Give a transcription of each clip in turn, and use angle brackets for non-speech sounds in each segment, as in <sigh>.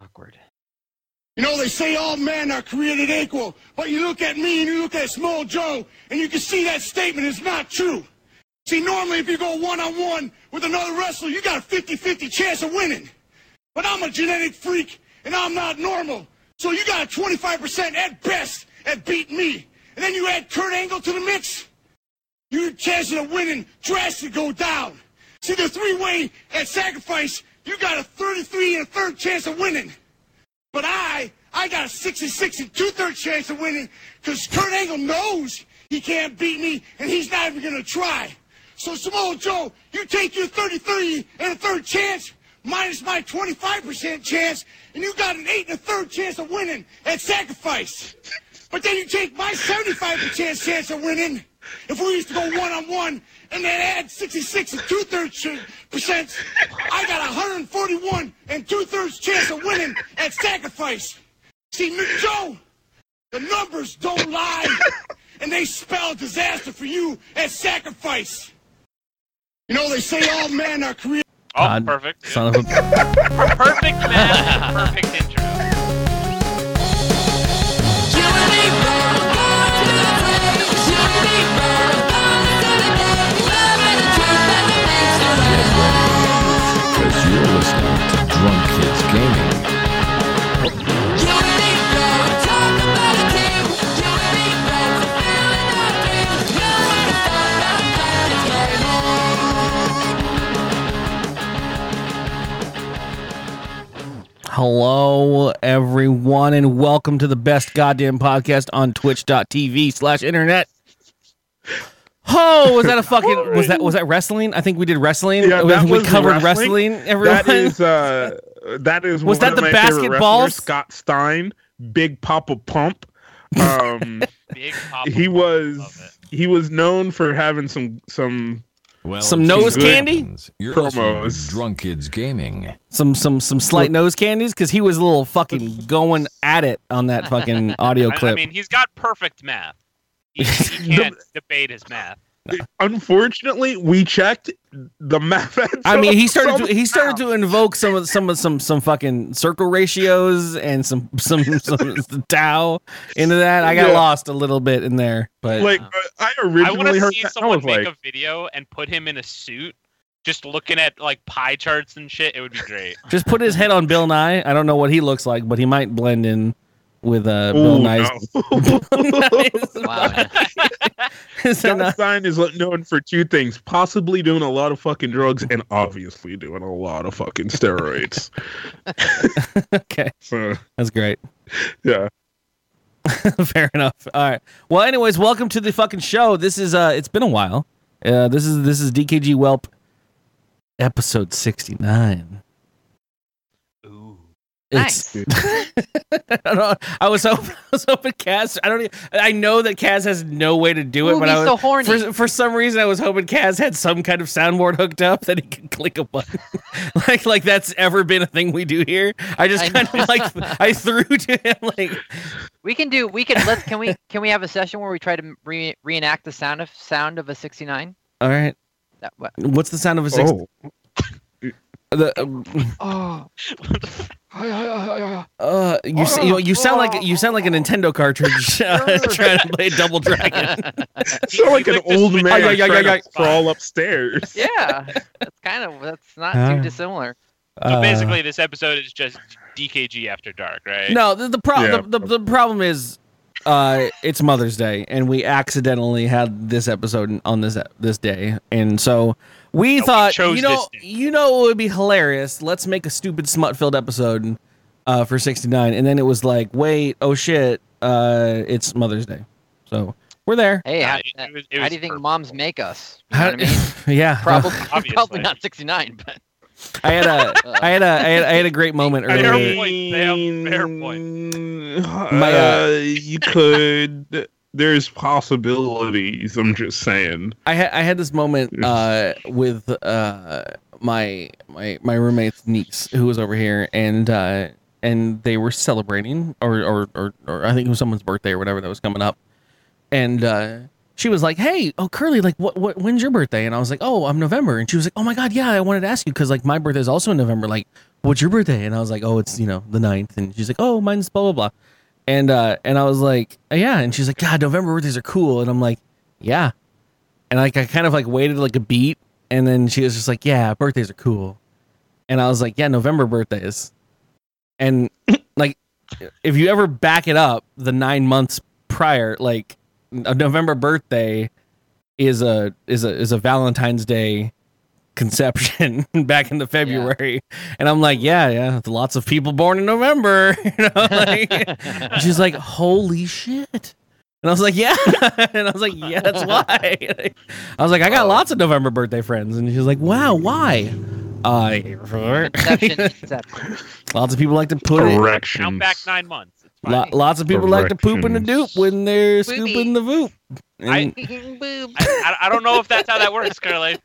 awkward. You know, they say all men are created equal, but you look at me and you look at Small Joe, and you can see that statement is not true. See, normally if you go one on one with another wrestler, you got a 50 50 chance of winning. But I'm a genetic freak, and I'm not normal. So you got a 25% at best at beating me. And then you add Kurt Angle to the mix, your chances of winning drastically go down. See, the three way at sacrifice, you got a 33 and a third chance of winning. But I, I got a 66 and two thirds chance of winning because Kurt Angle knows he can't beat me and he's not even going to try. So, Samoa Joe, you take your 33 and a third chance minus my 25% chance and you got an eight and a third chance of winning at sacrifice. But then you take my 75% chance of winning if we used to go one on one and then add 66 and two thirds percent, I got 141 and two thirds chance of winning at sacrifice. See, Mick Joe, the numbers don't lie, and they spell disaster for you at sacrifice. You know, they say all men are created. Oh, God, perfect. Yeah. Son of a. Perfect match. perfect intro. Because you're listening to Drunk Kids Gaming. Hello, everyone, and welcome to the best goddamn podcast on twitch.tv slash internet. Oh, was that a fucking was that was that wrestling? I think we did wrestling. Yeah, we, that we was covered wrestling, wrestling. everyone. <laughs> That is uh that is Was one that of the my favorite basketballs? wrestlers, Scott Stein, Big Papa Pump. <laughs> Um Big Papa. he Love was he was known for having some some Well, Some nose good candy? happens. You're listening to Promos. Drunk Kids <laughs> Gaming. some some some slight nose candies because he was a little fucking going at it on that fucking audio I, I clip. mean, he's got perfect math. He, he <laughs> can't debate his math. unfortunately we checked the <laughs> math. I mean, he started some- to, he started to invoke some of some of some some fucking circle ratios and some some <laughs> some tau into that. I got Yeah. lost a little bit in there, but like uh, I I want originally to heard see that. I someone was make like, a video and put him in a suit, just looking at like pie charts and shit. It would be great. just put his head on Bill Nye. I don't know what he looks like, but he might blend in with uh, Bill "Ooh, Nye's. <laughs> no." <laughs> Wow. man. Is that Scott not- Stein is known for two things: possibly doing a lot of fucking drugs and obviously doing a lot of fucking steroids. <laughs> okay, so that's great. yeah, <laughs> Fair enough. All right. Well, anyways, welcome to the fucking show. This is uh, it's been a while. Uh, this is this is DKG Whelp episode sixty nine. Ooh. Nice. <laughs> I, don't know. I was hoping, <laughs> I was hoping Kaz. I don't. Even, I know that Kaz has no way to do it, Ooh, but I he's was so horny. For, for some reason, I was hoping Kaz had some kind of soundboard hooked up that he could click a button, <laughs> like like that's ever been a thing we do here. I just I kind know. of like I threw to him like We can do. We can. Let's. Can we? Can we have a session where we try to re- reenact the sound of sound of a sixty-nine? All right, That what? what's the sound of a six? Oh. The, um, Oh. uh, you, s- you know, you sound like you sound like a Nintendo cartridge <laughs> uh, trying to play Double Dragon. He- sound like he an licked his old finger. man Ay, ay, ay, trying ay, ay. to crawl upstairs. <laughs> yeah. That's kind of. That's not Ah. too dissimilar. So Uh, basically, this episode is just DKG after dark, right? Uh, No, the, the problem Yeah. the, the, the problem is uh it's Mother's Day and we accidentally had this episode on this this day. And so we we thought chose you know this day. you know it would be hilarious. Let's make a stupid smut-filled episode uh for 69 and then it was like, "Wait, oh shit, uh it's Mother's Day." So, we're there. Hey, Yeah, how, it- it was- it how was do you think purple. moms make us? You know what I mean? <laughs> <laughs> yeah. Probably, Obviously. probably not 69, <laughs> but I had a I had a I had, I had a <laughs> great moment Fair earlier. point, Sam. Fair point. My, uh, uh, you could. There's possibilities. I'm just saying. I had I had this moment uh, with uh, my my my roommate's niece who was over here, and uh, and they were celebrating, or or, or or I think it was someone's birthday or whatever that was coming up, and uh, she was like, "Hey, oh Curly, like, what, what, when's your birthday?" And I was like, "Oh, I'm November." And she was like, "Oh my God, yeah, I wanted to ask you because like my birthday is also in November. Like, what's your birthday?" And I was like, "Oh, it's you know the 9th. And she's like, "Oh, mine's blah blah blah," and uh, and I was like, "Yeah," and she's like, "God, November birthdays are cool," and I'm like, "Yeah," and like I kind of like waited like a beat, and then she was just like, "Yeah, birthdays are cool," and I was like, "Yeah, November birthdays," and <clears throat> like if you ever back it up the nine months prior, like a November birthday is a is a is a Valentine's Day conception <laughs> back into February. And I'm like, yeah, yeah, lots of people born in November. <laughs> You know, like, and she's like, holy shit. And I was like, yeah. <laughs> And I was like, yeah, that's why. <laughs> I was like, I got lots of November birthday friends. And she's like, wow, why? I Inception, inception. lots of people like to put it. Count Corrections. back nine months. It's fine. Lo- lots of people like to poop in the Corrections. doop when they're Boopy. scooping the voop. And- <laughs> Boob. I, I don't know if that's how that works, <laughs> Curly.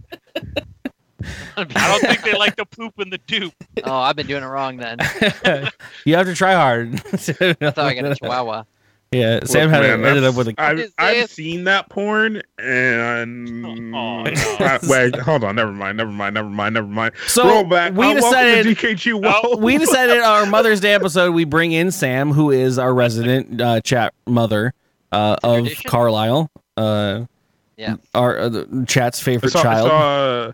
I don't think they like to poop in the dupe. Oh, I've been doing it wrong then. <laughs> you have to try hard. <laughs> I thought I got a chihuahua. yeah, Sam Look, had man, ended that's- up with a. What I've, is I've this? seen that porn and Oh, no. Uh, wait, hold on, never mind, never mind, never mind, never mind. So Roll back. we Uh, decided. welcome to DKG World. we decided our Mother's Day episode. We bring in Sam, who is our resident uh, chat mother uh, of Tradition? Carlisle. Uh, Yeah. our uh, the chat's I favorite saw, I child. saw,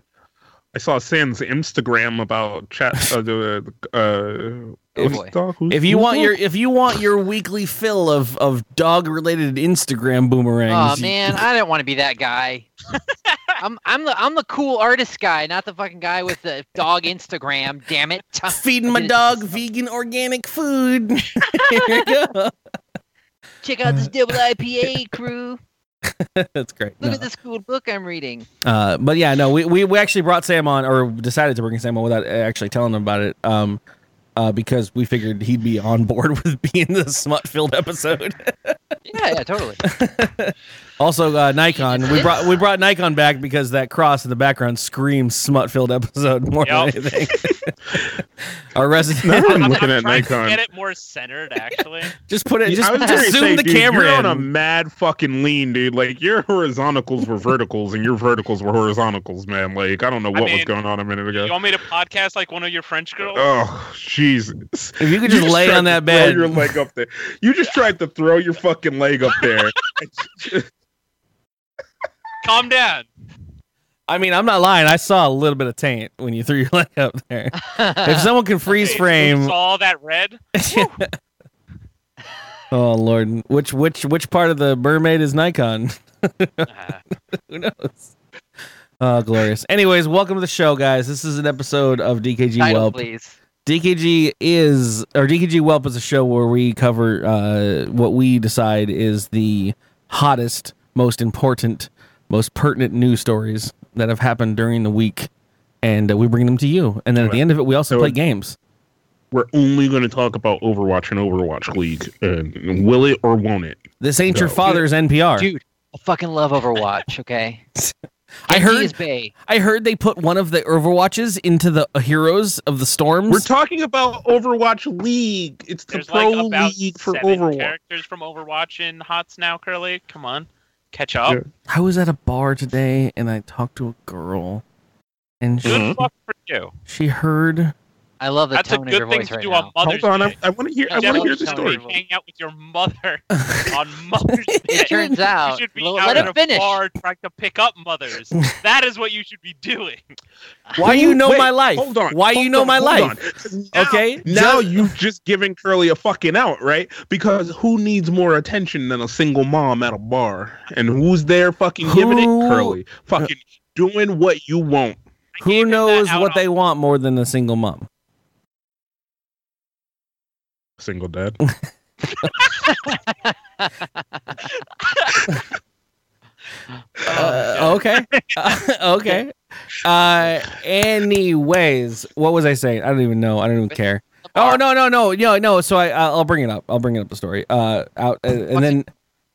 I saw Sam's Instagram about chat. Uh, the, uh, Oh, what's boy. it called? Who's- If you who's want that? your if you want your weekly fill of of dog related Instagram Oh boomerangs, you- man, I didn't want to be <laughs> that guy. I'm I'm the I'm the cool artist guy, not the fucking guy with the dog Instagram. Damn <laughs> it! feeding my dog vegan organic food. <laughs> Here you go. Check out this double IPA crew. That's great. No. Look at this cool book I'm reading. Uh, but yeah, no, we, we, we actually brought Sam on, or decided to bring Sam on without actually telling him about it, um, uh, because we figured he'd be on <laughs> board with being the smut filled episode. <laughs> Yeah, yeah, totally. also, uh, Nikon, we brought we brought Nikon back because that cross in the background screams smut filled episode more Yep. than anything. <laughs> Our resident, <laughs> <laughs> Now I'm I'm, looking I'm at trying to Nikon. get it more centered, actually. just put it, Yeah, just, I was just gonna zoom say, the dude, camera You're in. on a mad fucking lean, dude. Like your horizontals were verticals, and your verticals were horizontals, man. Like I don't know I what was mean, going on a minute You ago. want me to podcast like one of your French girls? Uh, Oh, Jesus. if you could just, lay tried on to that throw bed, Your leg up there. You just tried to throw your fucking leg up <laughs> there. Calm down. I mean, I'm not lying. I saw a little bit of taint when you threw your <laughs> leg up there. If someone can freeze <laughs> Hey, you frame, saw all that red. Oh Lord, which which which part of the mermaid is <laughs> Nikon? Ah, Who knows? Oh, glorious. Anyways, welcome to the show, guys. This is an episode of DKG Title, Whelp. please. DKG is or DKG Whelp is a show where we cover uh, what we decide is the hottest, most important, most pertinent news stories that have happened during the week, and uh, we bring them to you. And then at the end of it, we also So- play games. We're only going to talk about Overwatch and Overwatch League. And will it or won't it? This ain't your Go. father's NPR. Dude, I fucking love Overwatch. Okay, I heard Geese Bay. I heard they put one of the Overwatches into the uh, Heroes of the Storms. We're talking about Overwatch League. It's the There's pro like about league for seven Overwatch. characters from Overwatch in Hots now, Curly. Come on, catch up. Yeah. I was at a bar today and I talked to a girl and Mm-hmm. she, Good luck for you. she heard I love Mm-hmm. the That's a tone of your good thing voice to right do now. on Mother's Hold on, I, Day. I want to hear. I Yeah, want to let hear me the tell story. you. Hang out with your <laughs> mother on Mother's Day. It <laughs> turns You out, should be l- out let at him a finish. bar trying to pick up <laughs> mothers. that is what you should be doing. Why you know my life? Hold on. Why you hold know on, my hold life? on. Now- Okay, Now ju- you've just given Curly a fucking out, right? Because who needs more attention than a single mom at a bar? And who's there fucking giving it? Who- Curly. Fucking doing what you want. I gave who him that knows out what on- they want more than a single mom. Single dad. oh. Uh, okay. <laughs> okay. Uh, anyways, what was I saying? I don't even know. I don't even care. Oh no no no no no. So I I'll bring it up. I'll bring it up the story. Uh, out uh, and then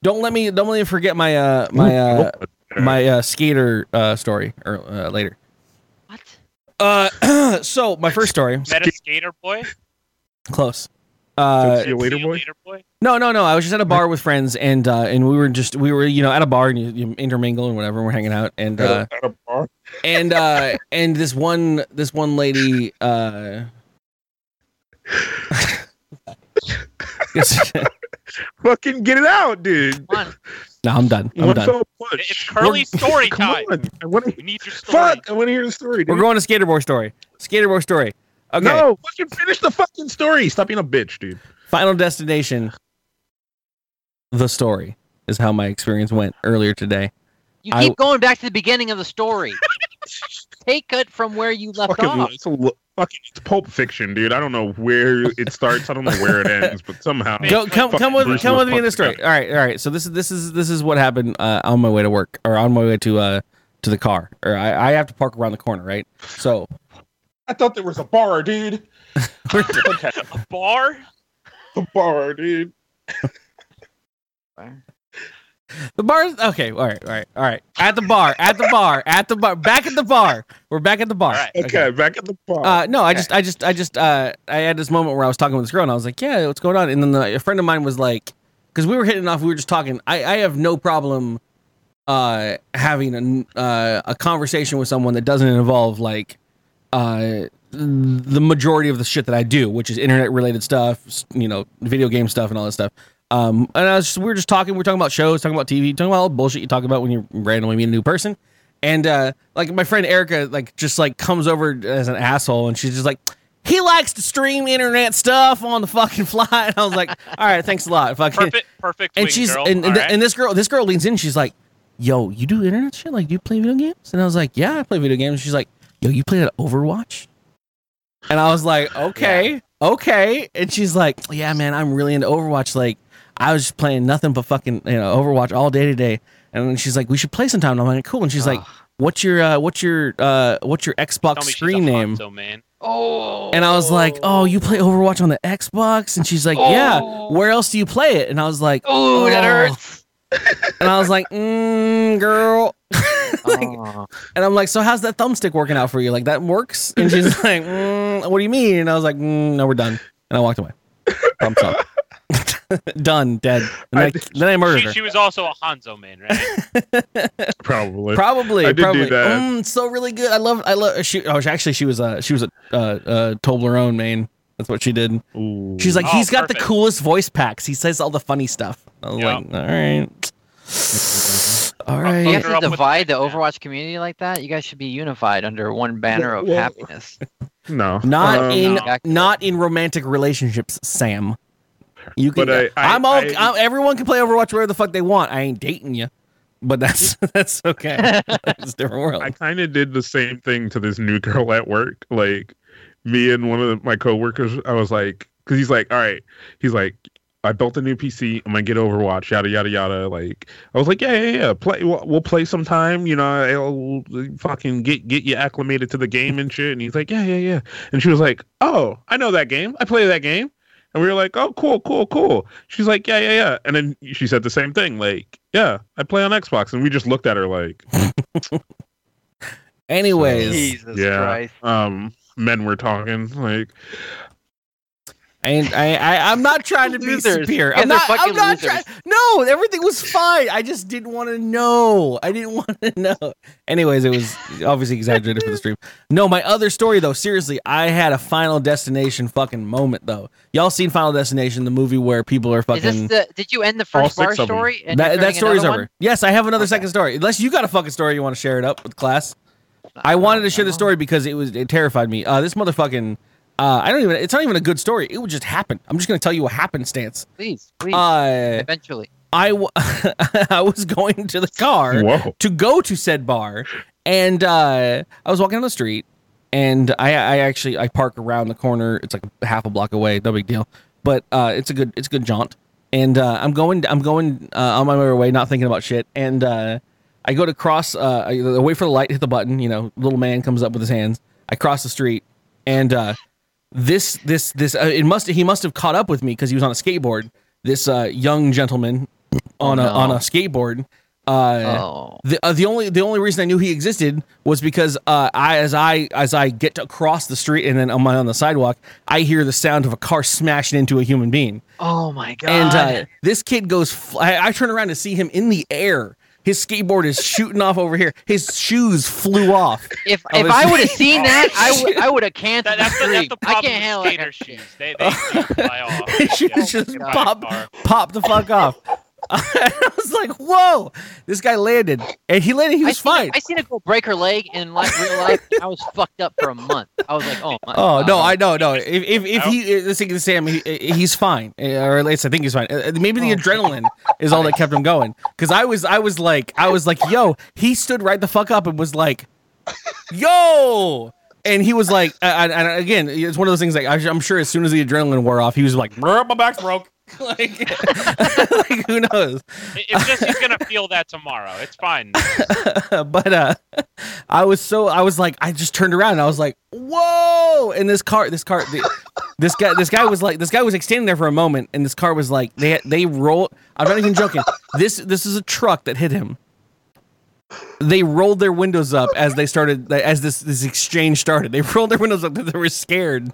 don't let me don't let me forget my uh <laughs> my uh my uh, skater uh story or uh, later. What? Uh, <clears throat> so my first story Met a skater boy. close. Uh, See you later, boy. No, no, no. I was just at a bar with friends, and uh, and we were just we were you know at a bar and you, you intermingle and whatever. We're hanging out, and At a- <laughs> uh, at a bar. and uh, and this one this one lady. Uh, <laughs> yes. <laughs> Fucking get it out, dude. Come on. no, I'm done. I'm One done. fell push. It's <laughs> Curly's story Come time. on. I want to. We need your story. Fuck! I want to hear the story. We're Dude. going to Skaterboard story. Skaterboard story. Okay. No, fucking finish the fucking story. Stop being a bitch, dude. Final destination. The story is how my experience went earlier today. You I- keep going back to the beginning of the story. Take it from where you left Fucking, off. it's a lo- fucking it's Pulp Fiction, dude. I don't know where it starts. I don't know where it ends, but somehow. Go come Fucking come with Bruce come Willis with me in this fucking story. All right, all right. So this is this is this is what happened uh, on my way to work or on my way to uh to the car. Or I, I have to park around the corner, right? So <laughs> I thought there was a bar, dude. okay, A bar? a bar, dude. the bar is okay. All right, all right, all right. At the bar, at the bar, at the bar, back at the bar. We're back at the bar. All right. Okay, back at the bar. Uh, no, I just, I just, I just, uh, I had this moment where I was talking with this girl and I was like, yeah, what's going on? And then the, a friend of mine was like, because we were hitting off, we were just talking. I, I have no problem uh, having an, uh, a conversation with someone that doesn't involve like uh, the majority of the shit that I do, which is internet related stuff, s- you know, video game stuff and all that stuff. Um, and I was just, we were just talking, we were talking about shows, talking about TV, talking about all the bullshit you talk about when you randomly meet a new person. And uh, like my friend Erica, like just like comes over as an asshole, and she's just like, he likes to stream internet stuff on the fucking fly. <laughs> And I was like, all right, thanks a lot. Fucking, Perfect, perfect. and wing she's girl. and, and, All th- right. and this girl this girl leans in she's like yo you do internet shit like do you play video games and i was like yeah i play video games she's like yo you play that overwatch and i was like okay okay and she's like yeah man i'm really into overwatch like i was just playing nothing but fucking you know overwatch all day today and then she's like we should play sometime and i'm like cool and she's like Ugh. what's your uh what's your uh what's your xbox Tell me she's screen a name Hanzo man. Oh. and I was like, "Oh, you play Overwatch on the Xbox?" And she's like, "Yeah. Oh. Where else do you play it?" And I was like, Oh, that Oh. hurts. and I was like, mm, girl. Like, Oh. And I'm like, so how's that thumbstick working out for you? Like, that works? And she's like, mm, what do you mean? And I was like, mm, no, we're done. And I walked away. Thumbs up. <laughs> done, dead. And I I, did- then I murdered She, her. she was also a Hanzo man, right? Probably. Probably, I did do probably. that. Mm, so really good. I love. I love. She. Oh, she- actually, she was a. She was a uh, uh, Toblerone main. That's what she did. Ooh. She's like, Oh, he's got perfect. the coolest voice packs. He says all the funny stuff. I was Yeah. like, all right, all You right. have You're up to with divide the that. Overwatch community like that. You guys should be unified under one banner of Well- happiness. no. Not Um, in no. not in romantic relationships, Sam. You can. But I- I- am all. I- I'm- everyone can play Overwatch wherever the fuck they want. I ain't dating you, but that's <laughs> that's okay. it's a different world. I kind of did the same thing to this new <laughs> girl at work. Like me and one of the, my coworkers, I was like, because he's like, all right, he's like, I built a new PC. I'm gonna get Overwatch, yada yada yada. Like I was like, yeah yeah yeah, play. We'll, we'll play sometime. You know, I'll fucking get get you acclimated to the game and shit. And he's like, yeah yeah yeah. And she was like, oh, I know that game. I play that game. And we were like, oh cool cool cool. She's like, yeah yeah yeah. And then she said the same thing, like, yeah, I play on Xbox. And we just looked at her like. Anyways, Jesus Yeah. Christ. um men were talking like and I, I I'm not trying to be Losers. superior. Yeah, I'm they're not. I'm fucking not losers. trying. No, everything was fine. I just didn't want to know. I didn't <laughs> want to know. Anyways, it was obviously exaggerated for the stream. No, my other story though. Seriously, I had a Final Destination fucking moment though. Y'all seen Final Destination, the movie where people are Is fucking. this the? Did you end the All first bar six of 'em. story? and you're that, that starting story's another over. Yes, I have another second story. Unless you got a fucking story you want to share it up with class. I wanted to share the story because it was it terrified me. Uh, this motherfucking. Uh, I don't even. It's not even a good story. It would just happen. I'm just gonna tell you a happenstance. one? Please, please. Uh, Eventually. I, w- <laughs> I was going to the car whoa to go to said bar, and uh, I was walking down the street, and I, I actually I park around the corner. It's like half a block away. No big deal, but uh, it's a good it's a good jaunt. And uh, I'm going I'm going uh, on my way, not thinking about shit. And uh, I go to cross. Uh, I I wait for the light, hit the button. You know, little man comes up with his hands. I cross the street, and uh, this this this uh, it must he must have caught up with me because he was on a skateboard. This uh, young gentleman on Oh, a no. on a skateboard Uh, Oh. the uh, the only the only reason I knew he existed was because uh, I as I as I get to cross the street and then on my on the sidewalk, I hear the sound of a car smashing into a human being. Oh my god. And uh, this kid goes. Fl- I, I turn around to see him in the air. His skateboard is shooting off over here. His shoes flew off. if oh, if this- <laughs> I would have seen that, I would I would have That, canceled that's, the the, that's stream. the I problem can't handle with that. skater kind of shoes. <laughs> They, shit. they can't fly off. shoes Yeah. just Get by a pop- car. Pop the fuck <laughs> off. <laughs> I was like, whoa! This guy landed, and he landed. He I was seen a- fine. I seen a girl break her leg in like real life. and I was fucked up for a month. I was like, oh my. Oh no, God. I know, no. If if, if I he let's take it to Sam, he, he's fine, Uh, or at least I think he's fine. Uh, Maybe the Oh. adrenaline is all that kept him going. Because I was I was like I was like, yo, he stood right the fuck up and was like, yo, and he was like, and, and again, it's one of those things like I'm sure as soon as the adrenaline wore off, he was like, <laughs> "Bruh, my back's broke. like, like, who knows? It- It's just he's gonna feel that tomorrow. It's fine. <laughs> but uh i was so i was like i just turned around and i was like whoa and this car this car the, this guy this guy was like this guy was like standing there for a moment and this car was like they they rolled i'm not even joking this this is a truck that hit him they rolled their windows up as they started as this this exchange started they rolled their windows up because they were scared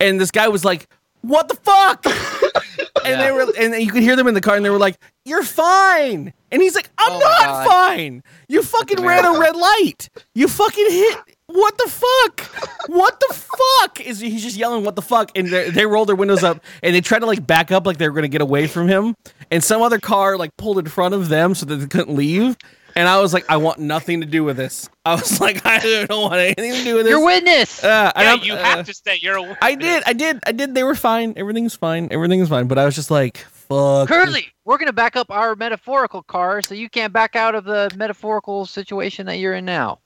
and this guy was like what the fuck <laughs> and they Yeah. were and you could hear them in the car and they were like you're fine and he's like i'm Oh my not God. fine you fucking ran a America. red light you fucking hit what the fuck what the fuck is he's just yelling what the fuck and they, they roll their windows up and they try to like back up like they were gonna get away from him and some other car like pulled in front of them so that they couldn't leave and i was like i want nothing to do with this i was <laughs> like i don't want anything to do with this Your witness. uh, and Yeah, I'm- you uh, have to stay. You're. a I did, I did, I did. They were fine. Everything's fine. Everything's fine. But I was just like, fuck. Curly, we're gonna back up our metaphorical car, so you can't back out of the metaphorical situation that you're in now.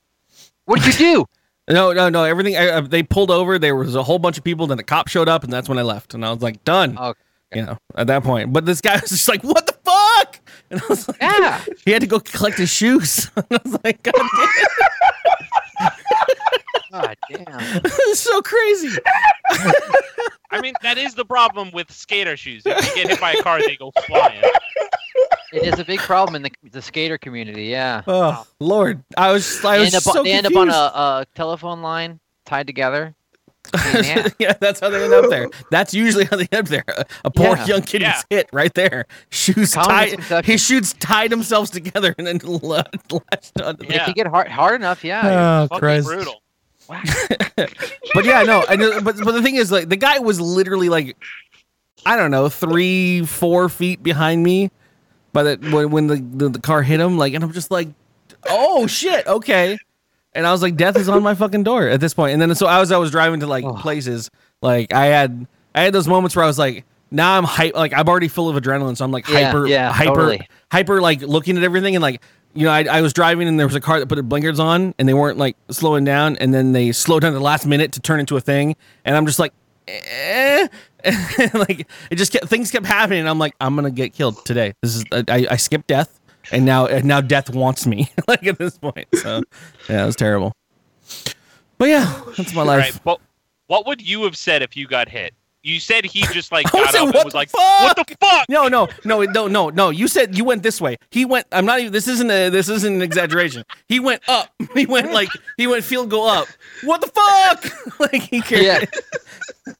What did <laughs> you do? No, no, no. Everything. I, uh, they pulled over. There was a whole bunch of people. Then the cop showed up, and that's when I left. And I was like, done. Oh, Okay. You know, at that point. But this guy <laughs> was just like, what the fuck? And I was like, Yeah. he had to go collect his shoes. <laughs> and I was like, God damn, <laughs> God damn. this is so crazy. I mean, that is the problem with skater shoes. If you get hit by a car, they go <laughs> flying. It is a big problem in the, the skater community. Yeah. Oh Lord, I was, just- I They was end up, so they end up on a, a telephone line <laughs> tied together. I mean, confused. <laughs> <laughs> yeah. yeah, that's how they end up there. That's usually how they end up there. A, a poor Yeah. young kid Yeah. was hit right there. Shoes Common tied. misconception. His shoes tied themselves together and then <laughs> lashed onto the Yeah. If you get hard hard enough, yeah. Oh, Fucking brutal. Wow. But yeah, no, I know, but but the thing is, like, the guy was literally like, I don't know, three, four feet behind me, by the when, when the, the the car hit him, like, and I'm just like, oh shit, okay, and I was like, death is on my fucking door at this point, and then so as I was driving to like Oh. places, like I had I had those moments where I was like, now I'm hype, like I'm already full of adrenaline, so I'm like Yeah, hyper, yeah, hyper, totally. hyper, like looking at everything and like. You know, I, I was driving and there was a car that put their blinkers on and they weren't like slowing down and then they slowed down at the last minute to turn into a thing and I'm just like, eh. <laughs> like it just kept, things kept happening. And I'm like, I'm gonna get killed today. This is I, I- I skipped death and now and now death wants me <laughs> like at this point. So yeah, it was terrible. But yeah, that's my All life. right, but what would you have said if you got hit? You said he just like I got would say, up "What and was the like, "What the fuck?" No, no, no, no, no, no. You said you went this way. He went. I'm not even. This isn't. A, this isn't an exaggeration. He went up. <laughs> He went like. He went field goal up. What the fuck? <laughs> like he. Carried, Yeah.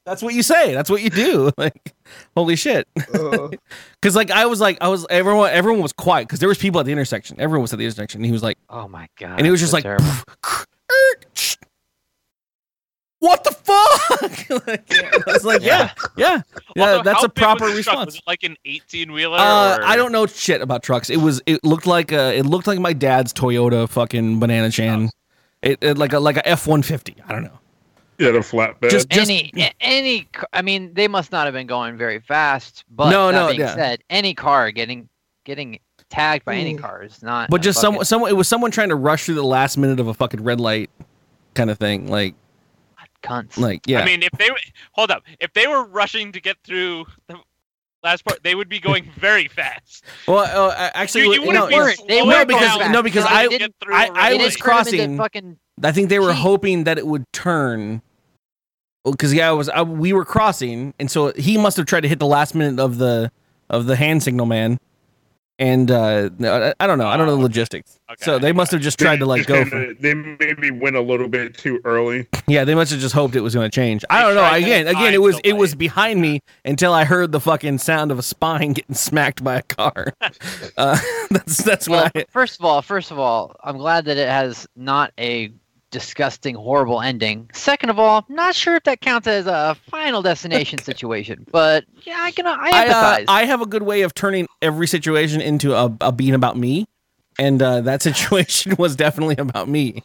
That's what you say. That's what you do. <laughs> Like, holy shit. <laughs> Because like I was like I was everyone everyone was quiet because there was people at the intersection. Everyone was at the intersection. And he was like, Oh my god. and he was that's just like, terrible. what the fuck? <laughs> like, I was like, yeah, yeah, yeah. Although, that's how a big was proper the truck? response. Was it like an 18 wheeler? Uh, I don't know shit about trucks. It was. It looked like a. It looked like my dad's Toyota fucking banana Oh. chan. It, it like a like a F one fifty. I don't know. Yeah, the <laughs> flatbed. Just- any a- any c- I mean they must not have been going very fast, but No, that no, being yeah. said, any car getting getting tagged by any car is not <clears throat> Mm. But a just fucking- some someone. It was someone trying to rush through the last minute of a fucking red light, kind of thing. Like cunts. like yeah. I mean, if they were- hold up, if they were rushing to get through the last part, they would <laughs> be going very fast. well, uh, uh, actually, you, you no, wouldn't it- be it's- slowing they no, weren't because going down no, fast. because to No, they I didn't. get through I- a I They red was didn't light. turn 'em crossing- into fucking I think they were Jeez. hoping that it would turn. Because yeah, I was I, we were crossing, and so he must have tried to hit the last minute of the of the hand signal man, and uh, no, I I don't know. I don't know the logistics. Oh, Okay. So they must have just tried to like <laughs> Just go. For, kinda- they maybe went a little bit too early. yeah, they must have just hoped it was going to change. I They don't know. tried to Again, again, it time was it was delay. behind me until I heard the fucking sound of a spine <laughs> getting smacked by a <laughs> car. uh, <laughs> that's that's Well, what I. first of all, first of all, I'm glad that it has not a disgusting, horrible ending. Second of all, not sure if that counts as a final destination situation, but yeah, I can I I, uh, empathize. I have a good way of turning every situation into a, a being about me, and uh, that <laughs> situation was definitely about me.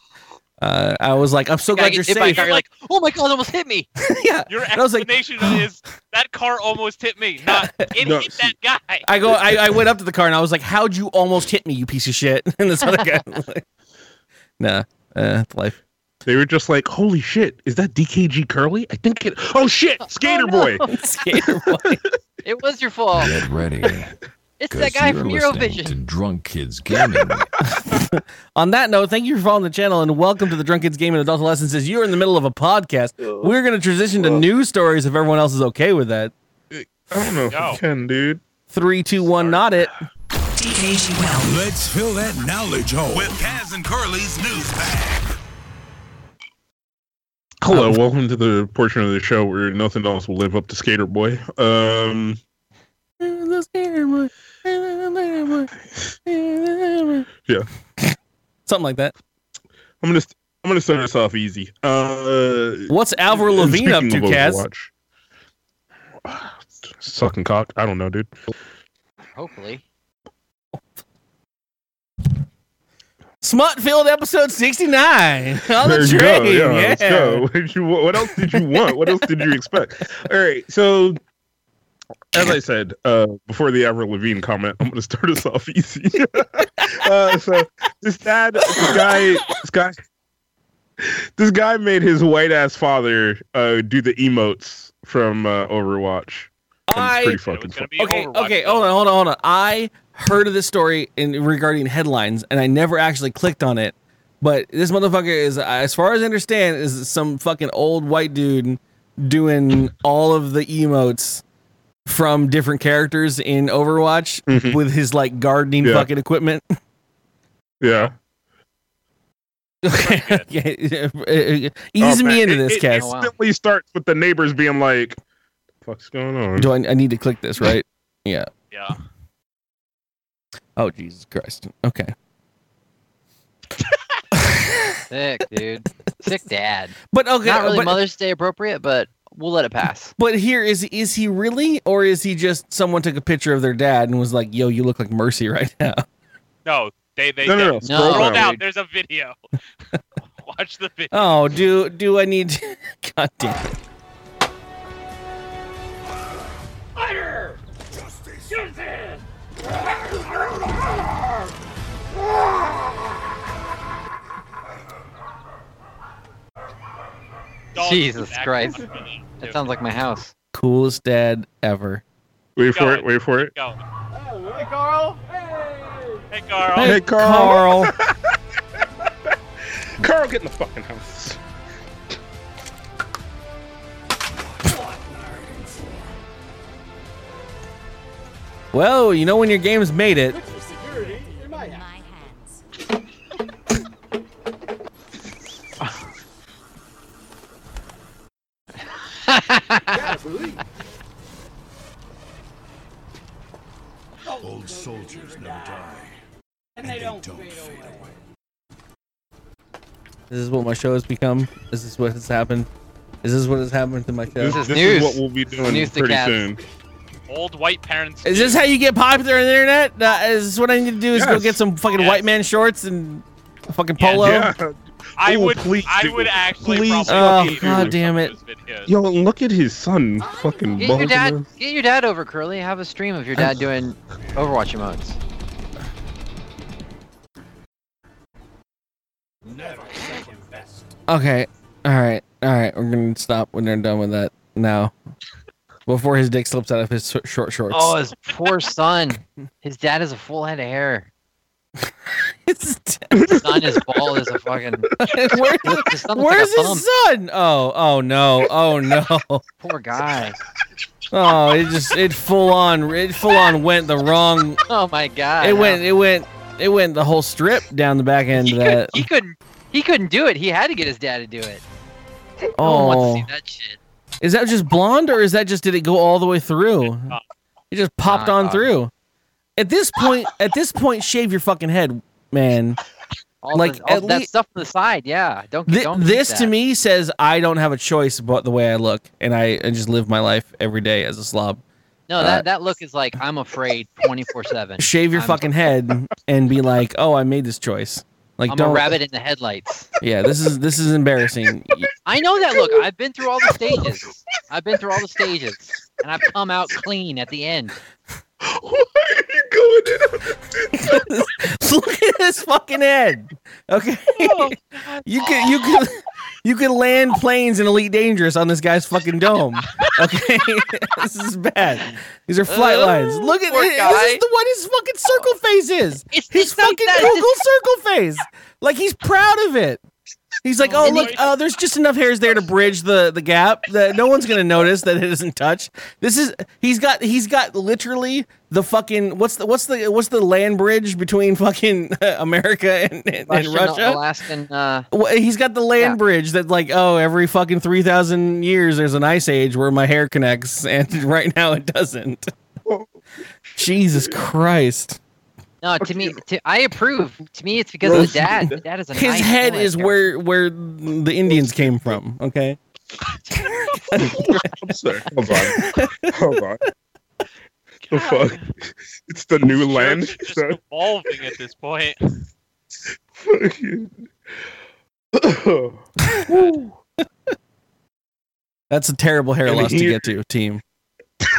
Uh, I was like, I'm so Guy glad you're gets hit by a safe. car, You're like, oh my god, it almost hit me. <laughs> yeah, <laughs> Your And I was like- explanation <laughs> is that car almost hit me, not it No, hit that guy. I go. I, I went up to the car and I was like, "How'd you almost hit me, you piece of shit?" <laughs> And this other guy, like, nah, uh, it's life. <laughs> They were just like, "Holy shit, is that DKG Curly? I think it. Oh shit, Skater Boy." Oh, no. Skater boy. It was your fault. Get ready. It's 'cause that guy you're from listening Eurovision. To Drunk Kids Gaming. On that note, thank you for following the channel and welcome to the Drunken's Game and Adult Lessons. As you're in the middle of a podcast, we're going to transition to news stories if everyone else is okay with that. I don't know if Yo. I can, dude. Three, two, one, not it. DKG Well. Let's fill that knowledge hole with Kaz and Curly's news bag. Hello, Um, welcome to the portion of the show where nothing else will live up to Skater Boy. Um, Yeah. Something like that. I'm gonna st- I'm gonna start us off easy. Uh, What's Alvar and Levine up to, speaking of Kaz? Overwatch, <sighs> Sucking cock. I don't know, dude. Hopefully. Smut filled episode 69. <laughs> On Oh, the you train. Yeah, yeah. let's go. <laughs> What did you- what else did you want? What else did you expect? All right, so as I said uh, before the Avril Levine comment, I'm going to start us off easy. <laughs> uh, so this dad, this guy, this guy, this guy made his white ass father uh, do the emotes from uh, Overwatch. And I- <laughs> it's pretty It fucking was gonna fun. be okay, Overwatch, okay, though. hold on, hold on, hold on. I heard of this story in regarding headlines, and I never actually clicked on it. But this motherfucker is, as far as I understand, is some fucking old white dude doing all of the emotes from different characters in Overwatch Mhm. with his like gardening Yeah. fucking equipment. <laughs> Yeah. <laughs> Okay. Ease Oh, me man, into it- this, it Cass. Oh, wow. Instantly starts with the neighbors being like, "Fuck's going on?" Do I, I need to click this right? Yeah. Yeah. Oh Jesus Christ. Okay. Sick, dude. Sick dad. But okay. Not really but, Mother's Day appropriate, but we'll let it pass. But here is is he really or is he just someone took a picture of their dad and was like, "Yo, you look like Mercy <laughs> right now." No, they they no, no, no. did. No. scroll dude. down. There's a video. <laughs> Watch the video. Oh, do do I need to- <laughs> God damn. It. Dog Jesus back Christ. on the video. That sounds like my house. Coolest dad ever. Wait for God. it. Wait for it. Go. Hey Carl. Hey. Hey, Carl. Carl, get in the fucking house. well, you know when your game's made it. my hands. Old soldiers never die. And they don't fade away. This is what my show has become. This is what has happened. Is this what has happened to my show? This is news. what we'll be This is doing news to pretty Kaz. soon. Old white parents. Is this how you get popular on the internet? Uh, is this what I need to do? Is go Yes. get some fucking Yes. white man shorts and a fucking Yes. polo? Yeah. I Oh, would. please I do. would actually. Please probably fucking Oh, God do. damn it. those videos. Yo, look at his son. Fucking Get your bulging <laughs> dad his- get your dad over, Curly. Have a stream of your dad doing Overwatch emotes. Okay. All right. All right. We're gonna stop when they're done with that now. Before his dick slips out of his shor- short shorts. Oh, his poor son. His dad has a full head of hair. <laughs> It's- His son is bald as a fucking. <laughs> Where- His son looks where's like a thumb. his son? Oh, oh no, oh no. Poor guy. Oh, it just it full on it full on went the wrong. <laughs> Oh my god. It went it went it went the whole strip down the back <laughs> end He, of could, that. he couldn't. He couldn't do it. He had to get his dad to do it. No one Oh, wants to see that shit. is that just blonde or is that just did it go all the way through? Uh, It just popped Nah, on dog. through. At this point, at this point, shave your fucking head, man. All Like, like all at that lea- stuff on the side. Yeah. Don't. Th- don't keep this to that. me says I don't have a choice but the way I look, and I, I just live my life every day as a slob. No, uh, that that look is like I'm afraid <laughs> 24 seven. Shave your I'm- fucking head and be like, "Oh, I made this choice." Like, I'm don't. a rabbit in the headlights. Yeah, this is this is <laughs> embarrassing. I know that look. I've been through all the stages. I've been through all the stages, and I've come out clean at the end. Why are you going in? <laughs> Look at his fucking head. Okay. Oh, you could you could you could land planes in Elite Dangerous on this guy's fucking dome. Okay. <laughs> this is bad. These are flight Oh, lines. Look at poor this. This guy. is the what his fucking circle face is. It's His just like fucking that. Google It's just- circle face. Like he's proud of it. He's like, oh And look, he- uh, there's just enough hairs there to bridge the the gap that no one's gonna notice that it isn't touched. This is he's got he's got literally the fucking what's the what's the what's the land bridge between fucking uh, America and, and, and Russian, Russia? Alaskan. Uh, Well, He's got the land Yeah. bridge that like oh every fucking three thousand years there's an ice age where my hair connects and <laughs> right now it doesn't. Jesus Christ. no, to me, to, I approve. To me, it's because of the dad. The dad is a His nice head boy. is where where the Indians came from. Okay. I'm sorry. <laughs> Hold on. Hold on. <laughs> The fuck? It's the new land. Church is just evolving at <laughs> this point. Fucking- That's a terrible hair And loss to here- get to, team. <laughs>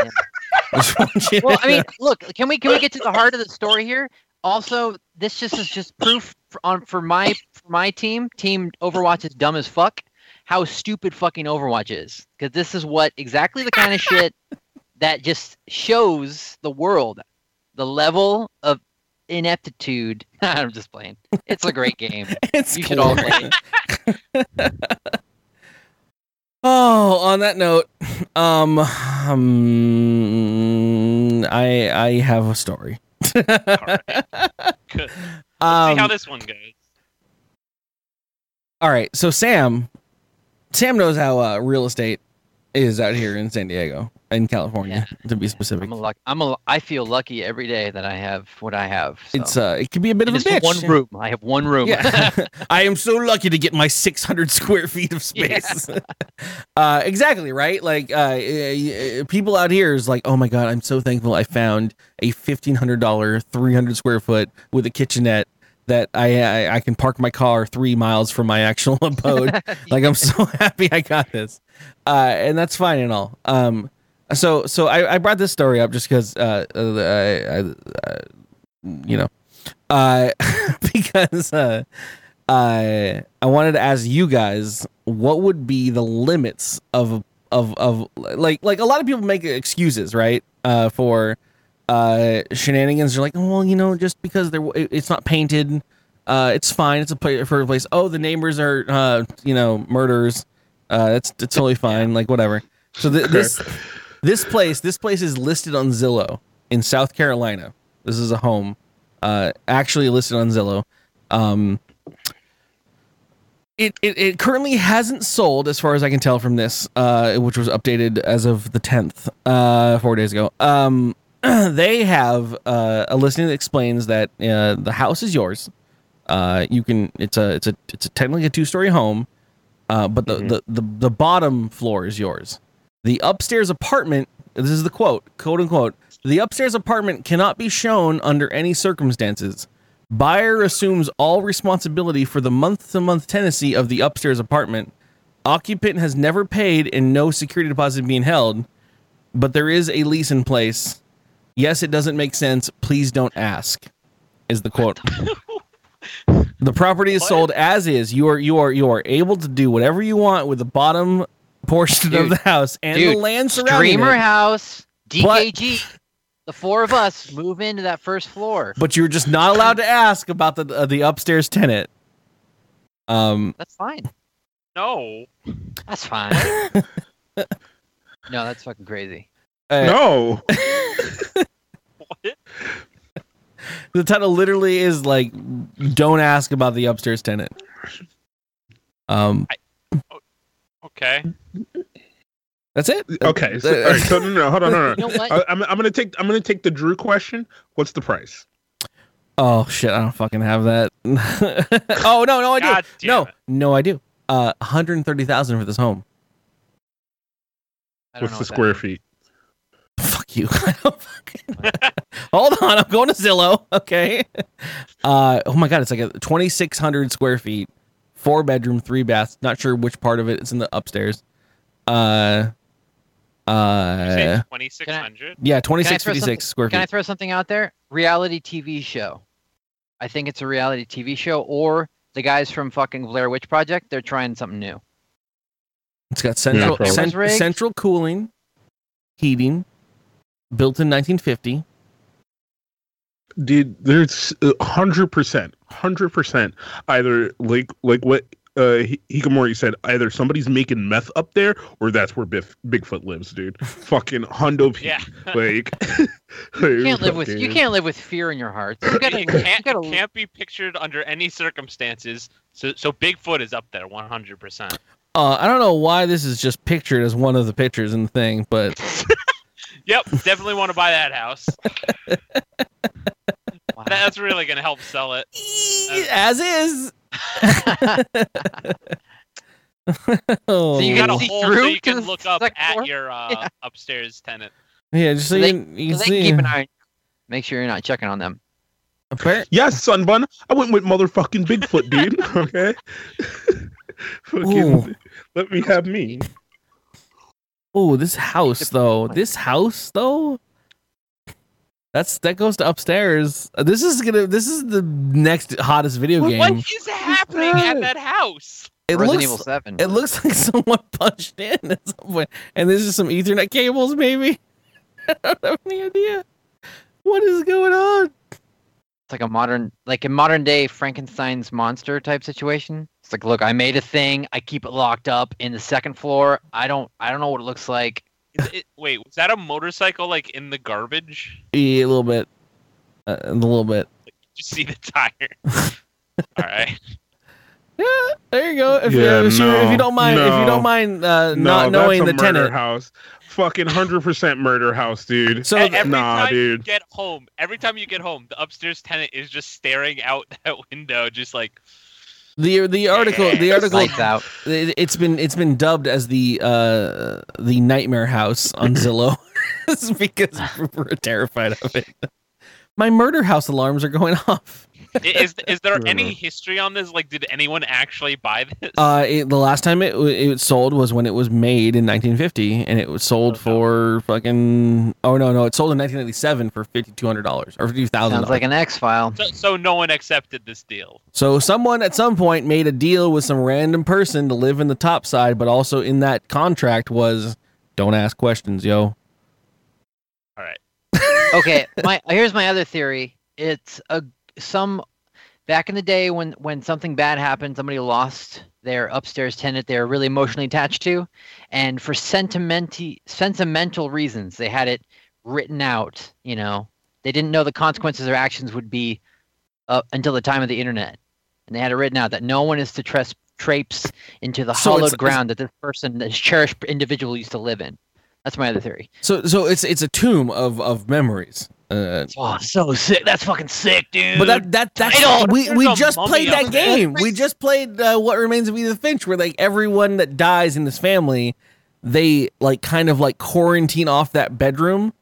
Just want you to <laughs> Well, I mean, know. look, can we can we get to the heart of the story here? Also, this just is just proof for, on for my for my team. Team Overwatch is dumb as fuck. How stupid fucking Overwatch is because this is what exactly the kind of shit that just shows the world the level of ineptitude. <laughs> I'm just playing. It's a great game. <laughs> <laughs> It's You should all cool. play it. Oh, on that note, um, um, I I have a story. <laughs> Good. See how Um, this one goes. all right, so Sam, Sam knows how uh, real estate is out here in San Diego, in California, to be specific. I'm a luck. I'm a. I feel lucky every day that I have what I have. so. It's uh, it can be a bit And of a it's for bitch. one room. I have one room. <laughs> Yeah. <laughs> I am so lucky to get my 600 square feet of space. <laughs> uh, exactly, right? Like, uh, eh, eh, people out here is like, oh my God, I'm so thankful I found a $1,500, 300 square foot with a kitchenette that I, I, I can park my car three miles from my actual <laughs> abode. like, I'm so <laughs> happy I got this. Uh, and that's fine and all. Um, so, so I, I brought this story up just because, uh, uh, I, I, uh, you know, uh, <laughs> because uh, uh, I wanted to ask you guys what would be the limits of of of like like a lot of people make excuses right uh, for uh, shenanigans. They're like, oh, well, you know, just because they're it- it's not painted, uh, it's fine. It's a pla- for a place. Oh, the neighbors are uh, you know murderers. Uh, that's that's totally fine. Like whatever. So th- this this place this place is listed on Zillow in South Carolina. This is a home uh, actually listed on Zillow. Um, it, it it currently hasn't sold, as far as I can tell from this, uh, which was updated as of the tenth, uh, four days ago. Um, <clears throat> they have uh, a listing that explains that uh, the house is yours. Uh, you can it's a it's a it's a technically a two story home, uh, but the, the the the bottom floor is yours. The upstairs apartment, this is the quote, quote unquote, the upstairs apartment cannot be shown under any circumstances. Buyer assumes all responsibility for the month to month tenancy of the upstairs apartment. Occupant has never paid and no security deposit being held, but there is a lease in place. Yes, it doesn't make sense. Please don't ask. Is the quote. the property is What? sold as is. You are you are you are able to do whatever you want with the bottom portion of Dude. the house and Dude, the land surrounding Dreamer it. House, DKG. The four of us move into that first floor. But you're just not allowed to ask about the uh, the upstairs tenant. Um, That's fine. No. <laughs> That's fine. no, that's fucking crazy. Uh, No. What? The title literally is like, "Don't ask about the upstairs tenant." Um, Okay. that's it. Oh. Okay. So, all right, so no, no, hold on, no, <laughs> You know no. what? I, I'm, I'm gonna take I'm gonna take the Drew question. What's the price? Oh shit! I don't fucking have that. <laughs> oh no, no, I do. God damn no, it. no, I do. Uh, one hundred thirty thousand for this home. I don't What's know the square what that is. feet? Fuck you. <laughs> I don't fucking- Hold on, I'm going to Zillow. Okay. Uh, oh my god, it's like a twenty six hundred square feet, four bedroom, three baths. Not sure which part of it. It's in the upstairs. Uh, uh, Twenty six hundred. yeah, twenty Can I six throw fifty something- six square Can I feet. throw something out there? Reality TV show. I think it's a reality TV show, or the guys from fucking Blair Witch Project. They're trying something new. It's got central probably. cen- Cameras rigged? central cooling, heating, built in nineteen fifty. Dude, there's uh, hundred percent, hundred percent. Either like like what uh, Hi- Hikamori said, either somebody's making meth up there, or that's where Biff, Bigfoot <laughs> lives, dude. fucking hundo. P. Yeah. Like, <laughs> You can't live with you can't live with fear in your heart. You gotta, It <laughs> can't, you gotta- it can't be pictured under any circumstances. So, so Bigfoot is up there, one hundred percent. Uh, I don't know why this is just pictured as one of the pictures in the thing, but Yep, definitely want to buy that house. wow. That's really gonna help sell it. Uh, as is. oh, <laughs> So you You can got a see hole so through you to can the look up second floor? at your uh, upstairs tenant. yeah, just so They- you, can- you So can they see. can keep an eye. on you. Make sure you're not checking on them. Appar- Yes, son bun. I went with motherfucking Bigfoot, <laughs> dude. okay. <laughs> Ooh. fucking, let me have me. oh, this house though. This house though. That's that goes to upstairs. Uh, This is gonna. This is the next hottest video game. What is happening at that house? It Resident looks. Evil Seven. It looks <laughs> like someone punched in at some point, and there's just some Ethernet cables. Maybe <laughs> I don't have any idea. What is going on? It's like a modern, like a modern day Frankenstein's monster type situation. It's like, look, I made a thing. I keep it locked up in the second floor. I don't, I don't know what it looks like. Is it- wait, was that a motorcycle like in the garbage? Yeah, a little bit. Uh, a little bit. Did you see the tire? <laughs> All <laughs> right. Yeah, there you go. If, Yeah, you, if, you, if no, you don't mind, if you no. don't mind uh, no, not knowing that's the a murder tenant. house. Fucking hundred percent murder house, dude. So E- th- every nah, time you dude. get home, every time you get home, the upstairs tenant is just staring out <laughs> that window, just like the the article the Yeah. article Lights out. it, it's been it's been dubbed as the uh the nightmare house on Zillow <laughs> It's because we're terrified of it. My murder house alarms are going <laughs> off. I- is is there Mhm. any history on this? Like, did anyone actually buy this? Uh, it, the last time it w- it sold was when it was made in 1950, and it was sold Oh, for fucking oh no no it sold in 1997 for fifty two hundred dollars or fifty thousand. Sounds dollars. like an X file. so, so no one accepted this deal. So someone at some point made a deal with some random person to live in the top side, but also in that contract was don't ask questions, yo. okay, my here's my other theory. It's a some back in the day when when something bad happened, somebody lost their upstairs tenant they were really emotionally attached to, and for sentimenti sentimental reasons, they had it written out. You know, they didn't know the consequences of their actions would be uh, until the time of the internet, and they had it written out that no one is to tres- traipse into the So it's- hollowed it's- ground that this person, this cherished individual, used to live in. That's my other theory. So so it's it's a tomb of of memories. Uh, Oh, so sick. That's fucking sick, dude. but that that that's Title. we we There's a just mummy played up that there. game. We just played uh, what remains of Edith Finch, where like everyone that dies in this family, they like kind of like quarantine off that bedroom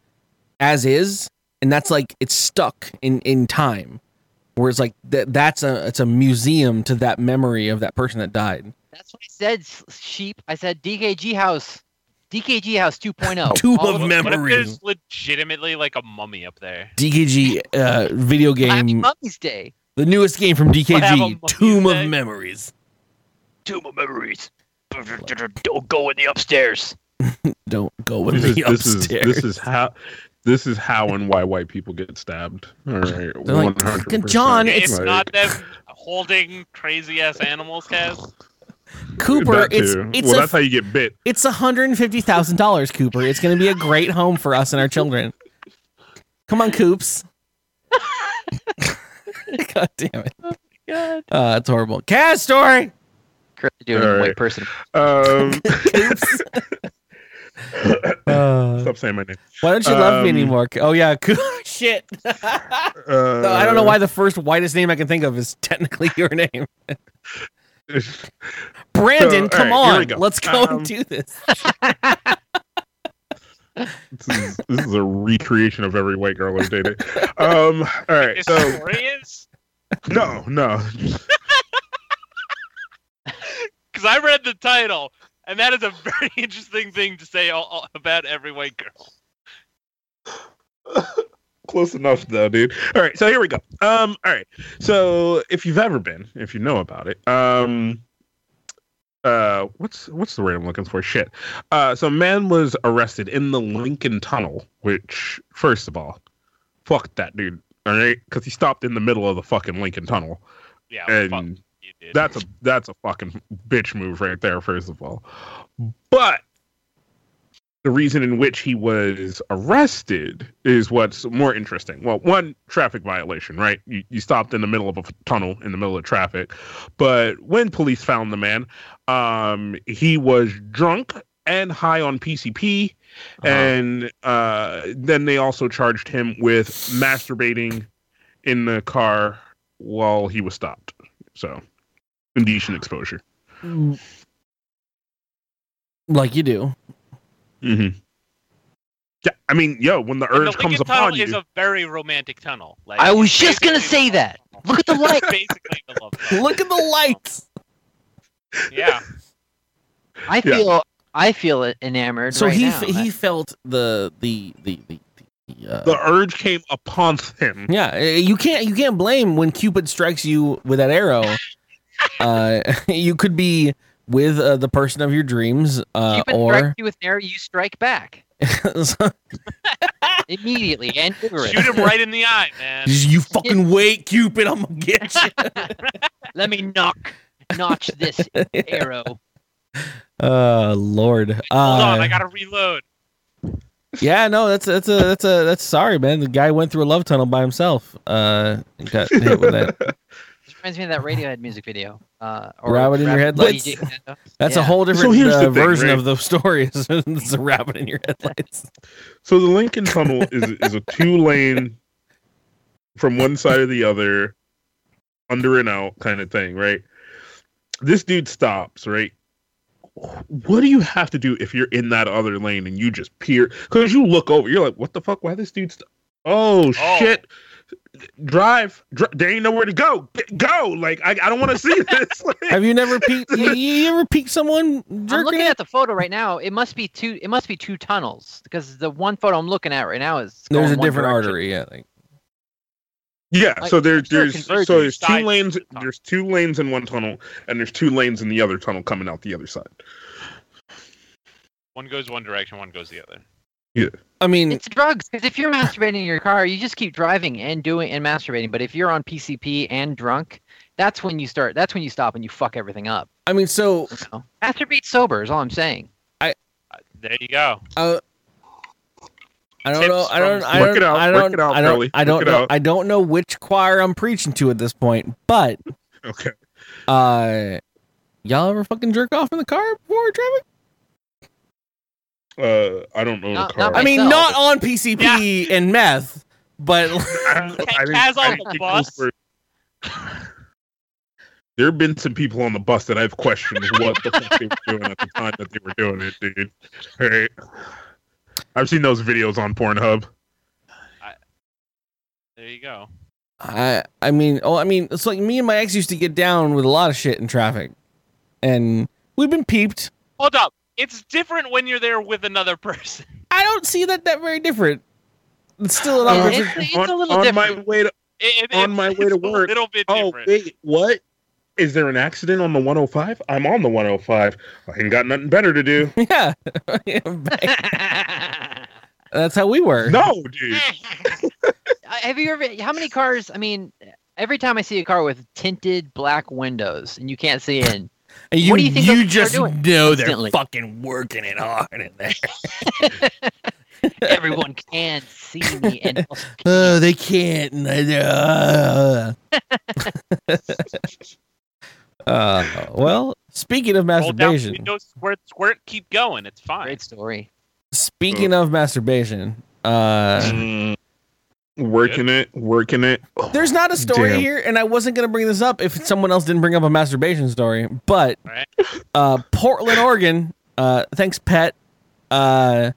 as is, and that's like it's stuck in in time. Whereas like that that's a it's a museum to that memory of that person that died. That's what I said, s- sheep. I said DKG House. DKG <laughs> House 2.0. Tomb All of of- What if memories. there's legitimately like a mummy up there? DKG uh, video Happy game, Mummy's Day. the newest game from Have a DKG, mummy Tomb of day. Memories. Tomb of Memories. Don't go in the upstairs. Don't go with This me is, this is upstairs. this is how this is how and why white people get stabbed. All right, They're like, 100%. "Fucking John, And it's Like, not them holding crazy ass animals, Kaz. Cooper, That it's too. it's well, a, that's how you get bit. it's hundred and fifty thousand dollars, Cooper. It's going to be a great home for us and our children. Come on, Coops. <laughs> God damn it! God. Uh, it's horrible. Cat story. Currently doing it in All white right. person. <laughs> Um, Coops. Uh, stop saying my name. why don't you love me Um, anymore? Oh yeah, Coop. <laughs> shit. Uh, I don't know why the first whitest name I can think of is technically your name. Uh, <laughs> Brandon, all come right, here we on. go. Let's go Um, and do this. This is, this is a recreation of every white girl I've dated. Um, all right, This so story is no, no, because I read the title, and that is a <laughs> very interesting thing to say all, all- about every white girl. close enough though, dude. All right, so here we go. Um, all right, so if you've ever been, if you know about it, um, uh, what's what's the word I'm looking for? Shit. Uh, so a man was arrested in the Lincoln Tunnel, which first of all, fuck that dude. All right, because he stopped in the middle of the fucking Lincoln Tunnel, Yeah, fuck and you, dude. that's a that's a fucking bitch move right there first of all but the reason in which he was arrested is what's more interesting well one traffic violation right you, you stopped in the middle of a tunnel in the middle of traffic but when police found the man um he was drunk and high on pcp and uh then they also charged him with masturbating in the car while he was stopped so indecent exposure. Like you do. Mm-hmm. Yeah, I mean, yo, when the And the urge Lincoln comes upon Tunnel you, is a very romantic tunnel. Like I was it's just gonna basically say the that. love tunnel. Look at the <laughs> It's light. <laughs> basically the love tunnel. Look at the lights. <laughs> Yeah, I Yeah. feel I feel e-, enamored. So right he now. f he felt the the the the. the uh, the urge came upon him. yeah, uh, you can't you can't blame when Cupid strikes you with that <laughs> arrow. uh, you could be with uh, the person of your dreams, uh, Cupid strikes or you with an arrow, you strike <laughs> back <laughs> immediately and vigorously. shoot him right in the eye, <laughs> man. you fucking wait, Cupid, I'm gonna get you. Let me knock notch <laughs> this arrow. Oh Lord. Uh, Hold on, I gotta reload. Yeah, no, that's that's a that's a that's sorry, man. The guy went through a love tunnel by himself. Uh, and got hit with <laughs> that. This reminds me of that Radiohead music video. Uh, or Rabbit in your Rabbit by headlights. DJ Nintendo. That's a Yeah. whole different So here's uh, the thing, version right? of <laughs> the story. It's a rabbit in your <laughs> headlights. So the Lincoln Tunnel is is a two lane from one side or the other, under and out kind of thing, right? This dude stops, right? What do you have to do if you're in that other lane and you just peer? Because you look over, you're like, "What the fuck? Why this dude?" St- oh, Oh. shit! Drive, Dri There ain't nowhere to go. G- go! Like I, I don't want to see <laughs> this. Like, Have you never peeked? You, you ever peeked someone? I'm jerking looking it? at the photo right now. It must be two. It must be two tunnels because the one photo I'm looking at right now is There's going a one different direction. artery. Yeah. like- yeah. Like, so there's sure there's converging so there's sides two of lanes. the tunnel. There's two lanes in one tunnel, and there's two lanes in the other tunnel coming out the other side. One goes one direction, one goes the other. I mean, It's drugs because if you're masturbating in your car, you just keep driving and doing and masturbating. But if you're on PCP and drunk, that's when you start. That's when you stop and you fuck everything up. I mean, so You know? Masturbate sober is all I'm saying. <laughs> Uh, There you go. I don't Tips know. I don't. from- I don't. Work it out, I work don't. it out, I don't. Curly, I don't work it know. out. I don't know which choir I'm preaching to at this point, but Okay. uh, y'all ever fucking jerk off in the car before driving? Uh, I don't know Not- the car. not I mean, myself. not on PCP and meth, but Kaz on the think bus? those were- <laughs> there have been some people on the bus that I've questioned what the fuck they were doing at the time that they were doing it, dude. All right. I've seen those videos on Pornhub. There you go. <laughs> I I mean, oh, I mean, it's like me and my ex used to get down with a lot of shit in traffic, and we've been peeped. Hold up. It's different when you're there with another person. I don't see that that very different. It's still an Uh-huh. opportunity. <laughs> It's, it's Uh, on, a little on different. my way to It, it, On it's- <laughs> my way it's to a work. little bit oh different. wait what is there an accident on the 105? I'm on the 105. I ain't got nothing better <laughs> to do. Yeah, that's how we were. No, <laughs> dude. Uh, have you ever how many cars i mean every time i see a car with tinted black windows and you can't see in And you, What do you think those people are just doing know they're constantly? fucking working it hard in there. Everyone can see me <laughs> and also Oh, they can't. and they- Uh, <laughs> Uh, well, speaking of Hold down masturbation, window, squirt, squirt, keep going. It's fine. great story. speaking of masturbation, Mm. uh, working it, working it. there's not a story Damn. here, and I wasn't gonna bring this up if someone else didn't bring up a masturbation story. But Right. uh, Portland, Oregon. Uh, thanks, pet. Uh,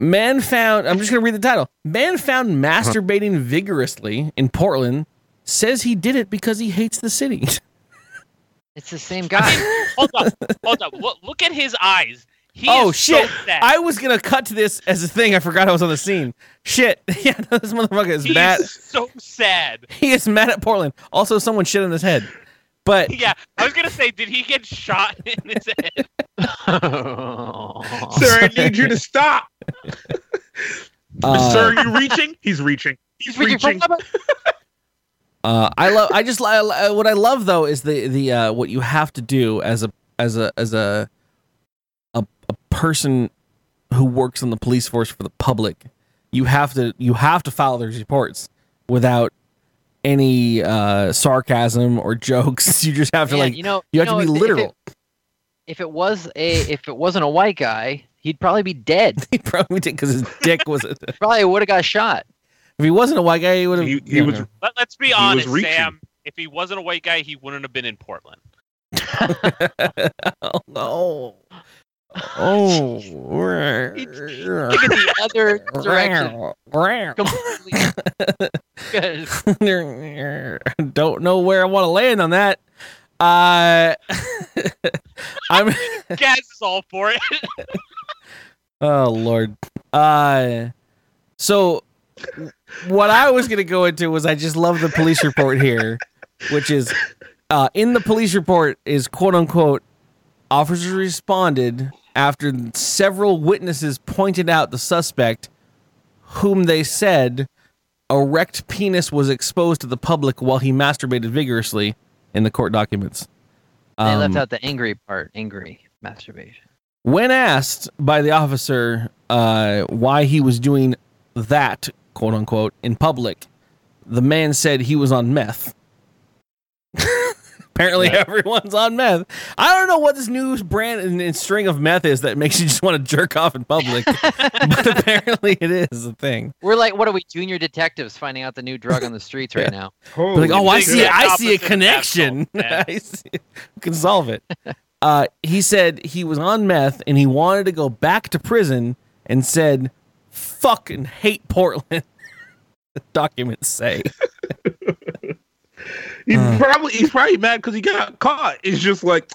man found. I'm just gonna read the title. Man found masturbating vigorously in Portland says he did it because he hates the city. <laughs> It's the same guy. Hold up, hold up. Look, look at his eyes. He oh is shit! So sad. I was gonna cut to this as a thing. I forgot I was on the scene. Shit! <laughs> Yeah, no, this motherfucker is he mad. is so sad. He is mad at Portland. Also, someone shit on his head. But Yeah, I was gonna say, did he get shot <laughs> in his head? <laughs> Sir, I need you to stop. <laughs> uh, Sir, are you reaching? He's reaching. He's, reaching. Uh, I love. I just. I, I- what I love though is the the uh, what you have to do as a as a as a a a person who works in the police force for the public. You have to you have to file those reports without any uh, sarcasm or <laughs> jokes. You just have to Man, like you know, you have know, to be if- if it- literal. If it was a, if it wasn't a white guy, he'd probably be dead. <laughs> He probably did because his dick was. <laughs> if Probably would have got shot. he wasn't a white guy, he would have. He, he was Let, let's be was honest, reaching. Sam. If he wasn't a white guy, he wouldn't have been <laughs> in Portland. <laughs> Oh no. Oh. Look at the other direction. <laughs> Completely. Good. <laughs> Don't know where I want to land on that. Uh, <laughs> <laughs> I'm. Gaz is all for it. Oh Lord. Uh, so what I was gonna go into was I just love the police report here, which is uh, in the police report is quote unquote officers responded after several witnesses pointed out the suspect, whom they said erect penis was exposed to the public while he masturbated vigorously in the court documents. They left Um, out the angry part. Angry masturbation. when asked by the officer uh, why he was doing that, quote unquote, in public, the man said he was on meth. <laughs> Apparently, everyone's on meth. I don't know what this new brand and, and string of meth is that makes you just want to jerk off in public, <laughs> but apparently it is a thing. We're like, what are we, junior detectives, finding out the new drug on the <laughs> streets right now? They're like, oh, I big see, I opposite see a of that connection. salt, man. <laughs> I see, we can solve it. Uh, he said he was on meth and he wanted to go back to prison and said, "Fucking hate Portland." <laughs> Documents say He's Uh. probably he's probably mad because he got caught. It's just like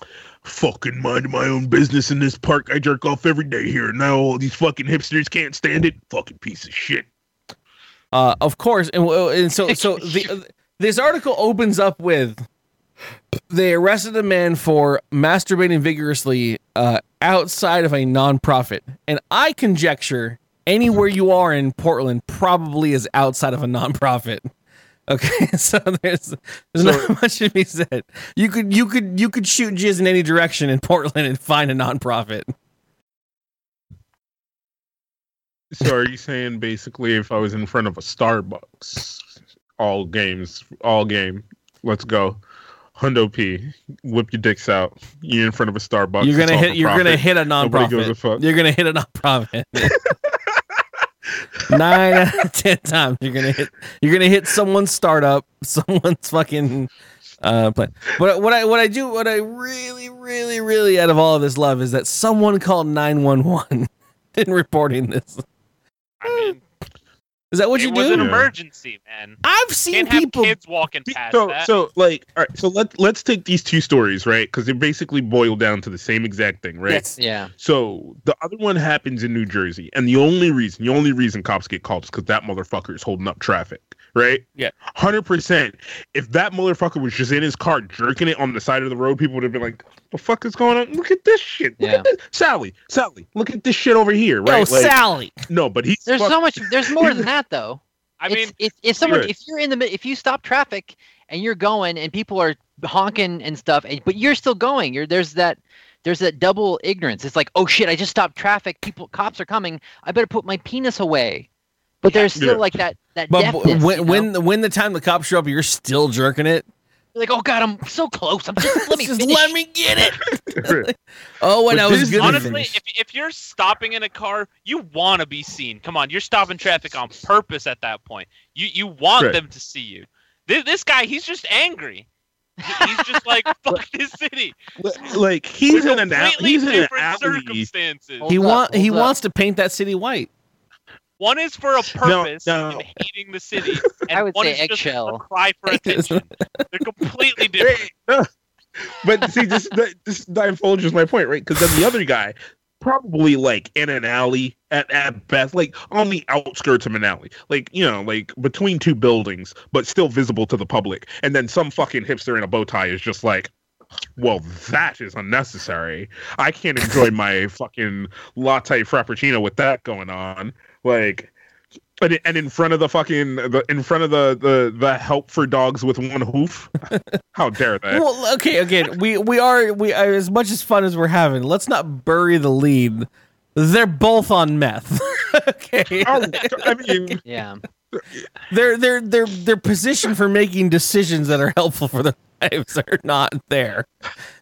fucking mind my own business in this park. I jerk off every day here. Now all these fucking hipsters can't stand it. Fucking piece of shit. Uh, of course, and, and so so the, uh, this article opens up with they arrested a man for masturbating vigorously uh, outside of a nonprofit, and I conjecture anywhere you are in Portland probably is outside of a nonprofit. <laughs> Okay, <laughs> so there's there's not much to be said. You could you could you could shoot jizz in any direction in Portland and find a nonprofit. So are you saying basically if I was in front of a Starbucks, all games, all game, let's go. Hundo P, whip your dicks out. You're in front of a Starbucks. You're it's gonna all hit. for You're gonna profit. hit a Nobody gives a nonprofit. fuck. You're gonna hit a <laughs> nonprofit. Nine out of ten times you're gonna hit. You're gonna hit someone's startup, <laughs> someone's fucking uh, plan. But what I what I do, what I really, really, really out of all of this love is that someone called nine one one <laughs> in reporting this. I mean, Is that what you it was an do? Yeah. emergency, man. I've seen Can't have people. kids walking past so that. so like all right so let let's take these two stories right because they basically boil down to the same exact thing right Yes. Yeah. so the other one happens in new jersey and the only reason the only reason cops get called is because that motherfucker is holding up traffic right Yeah. 100% if that motherfucker was just in his car jerking it on the side of the road people would have been like the fuck is going on look at this shit look Yeah. at this. sally sally look at this shit over here right Yo, Like, Sally. no but he's There's <laughs> fuck- so much. There's more than that, though. I It's- mean, if, if someone, Right. if you're in the, mid- if you stop traffic and you're going and people are honking and stuff and, but you're still going you're there's that there's that double ignorance it's like oh shit i just stopped traffic people cops are coming i better put my penis away but there's still Yeah. like that that But deafness, w- when you know? when the, when the time the cops show up, you're still jerking it. You're like oh god i'm so close i'm <laughs> just let me Just finish. let me get it. <laughs> Oh, and But I was this- good. Honestly, if, if you're stopping in a car, you want to be seen. Come on, you're stopping traffic on purpose at that point. You you want Right. them to see you. This, this guy, he's just angry. He- He's <laughs> just like fuck this city. Like he's in an out, Completely he's in an different alley. circumstances. Hold he up, want he hold up. wants to paint that city white. One is for a purpose no. of hating the city, and <laughs> I would one say is just a eggshell. cry <laughs> <laughs> for attention. They're completely different. But see, this that- this divulges my point, right? Because then the other guy, probably like in an alley at at best, like on the outskirts of an alley, like you know, like between two buildings, but still visible to the public. And then some fucking hipster in a bow tie is just like. Well, that is unnecessary. I can't enjoy my fucking latte frappuccino with that going on. Like, and, and in front of the fucking, the, in front of the, the the help for dogs with one <laughs> hoof. How dare they? Well, okay, again, we we are we are, as much as fun as we're having. Let's not bury the lead. They're both on meth. <laughs> okay, Oh, I mean, yeah their their their their position for making decisions that are helpful for their <laughs> lives are not there.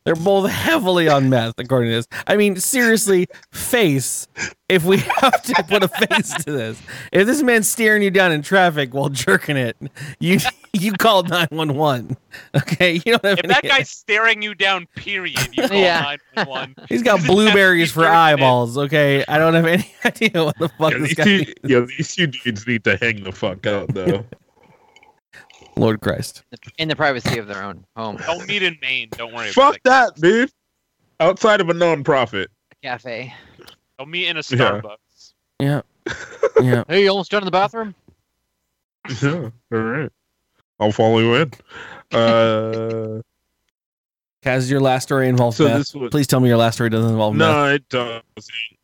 They're both heavily on meth, according to this. I mean, seriously, face. If we <laughs> have to put a face to this, if this man's staring you down in traffic while jerking it, you <laughs> you call nine one one. Okay, you don't have If any- that guy's staring you down, period, <laughs> you call Yeah. nine one one. He's got He's blueberries for <laughs> jerking it. eyeballs. Okay, I don't have any <laughs> idea what the fuck yeah, this these, guy. <laughs> two, yeah, these two dudes need to hang the fuck out, <laughs> though. Lord Christ. in the privacy of their own <laughs> home Don't meet in Maine. Don't worry. about Fuck it. that, dude. Outside of a non-profit. cafe Don't meet in a Yeah. Starbucks. Yeah. <laughs> Yeah. hey you almost done in the bathroom <laughs> Yeah, all right. I'll follow <laughs> you in. Uh, Kaz, your last story involves so meth. this was, Please tell me your last story doesn't involve meth. no, it doesn't.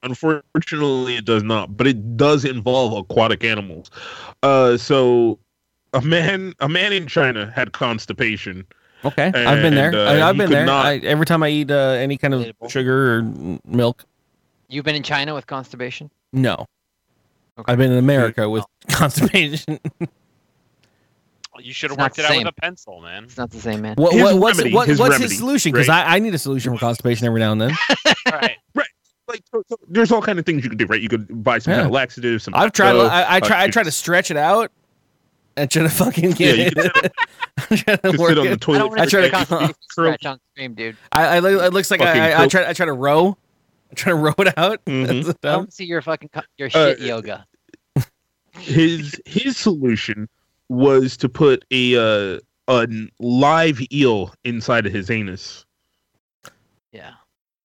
Unfortunately, it does not. But it does involve aquatic animals. Uh, so a man, a man in China had constipation. Okay, I've been there. And, uh, I, I've you been could there. not- I, every time I eat uh, any kind of Relatable. sugar or n- milk, you've been in china with constipation no. Okay. I've been in America with <laughs> constipation. You should have It's not worked the it out same. with a pencil, man. it's not the same man What, His what, what's remedy, what, his what's remedy, his solution? Because right? I, I need a solution for constipation every now and then. All right. Like, so- so there's all kind of things you could do, right? You could buy some kind of Yeah. laxative. Some I've tried. Ecto, I, I uh, try. I you- try to stretch it out. And try to fucking get Yeah, <laughs> you can it. I'm trying to Just work sit on the it. I toilet. don't for want I <laughs> to see try a a to- constipation curl- scratch on stream, dude. I, I look- it looks like Fucking I, I, I coke. try. I try to row. I try to <laughs> row it out. Mhm. That's I dumb. want to see your fucking co- your Uh, shit yoga. his his solution was to put a uh, a live eel inside of his anus. Yeah.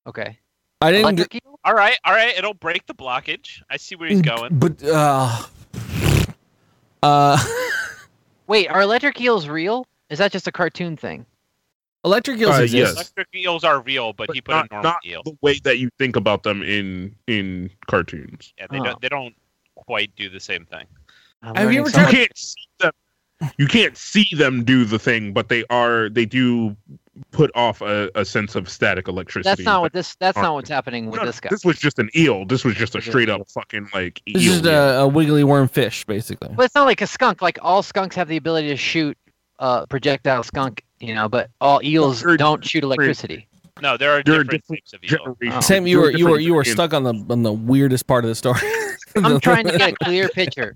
Okay. I didn't. Electric eel? All right. All right. It'll break the blockage. I see where he's going. But uh, uh, Wait, are electric eels real? Is that just a cartoon thing? electric eels Uh, exist. yes. Electric eels are real, but, he put not, a normal not eel. the way that you think about them in in cartoons. Yeah, they Oh. don't. They don't quite do the same thing. I'm Have you learning ever so You tried- much. can't see them. You can't see them do the thing, but they are. They do put off a, a sense of static electricity. That's not what this. That's Aren't- not what's happening with No, this guy. was just an eel. This was just a This is straight eel. up fucking like eel. It's just a, a wiggly worm fish, basically. But it's not like a skunk. Like all skunks have the ability to shoot uh, projectile skunk, you know, but all eels they're don't shoot electricity. No, there are There are different, different types of eel. Oh. generation- Sam, you there were are you were you were different- stuck on the on the weirdest part of the story. <laughs> I'm trying <laughs> to get a clear picture.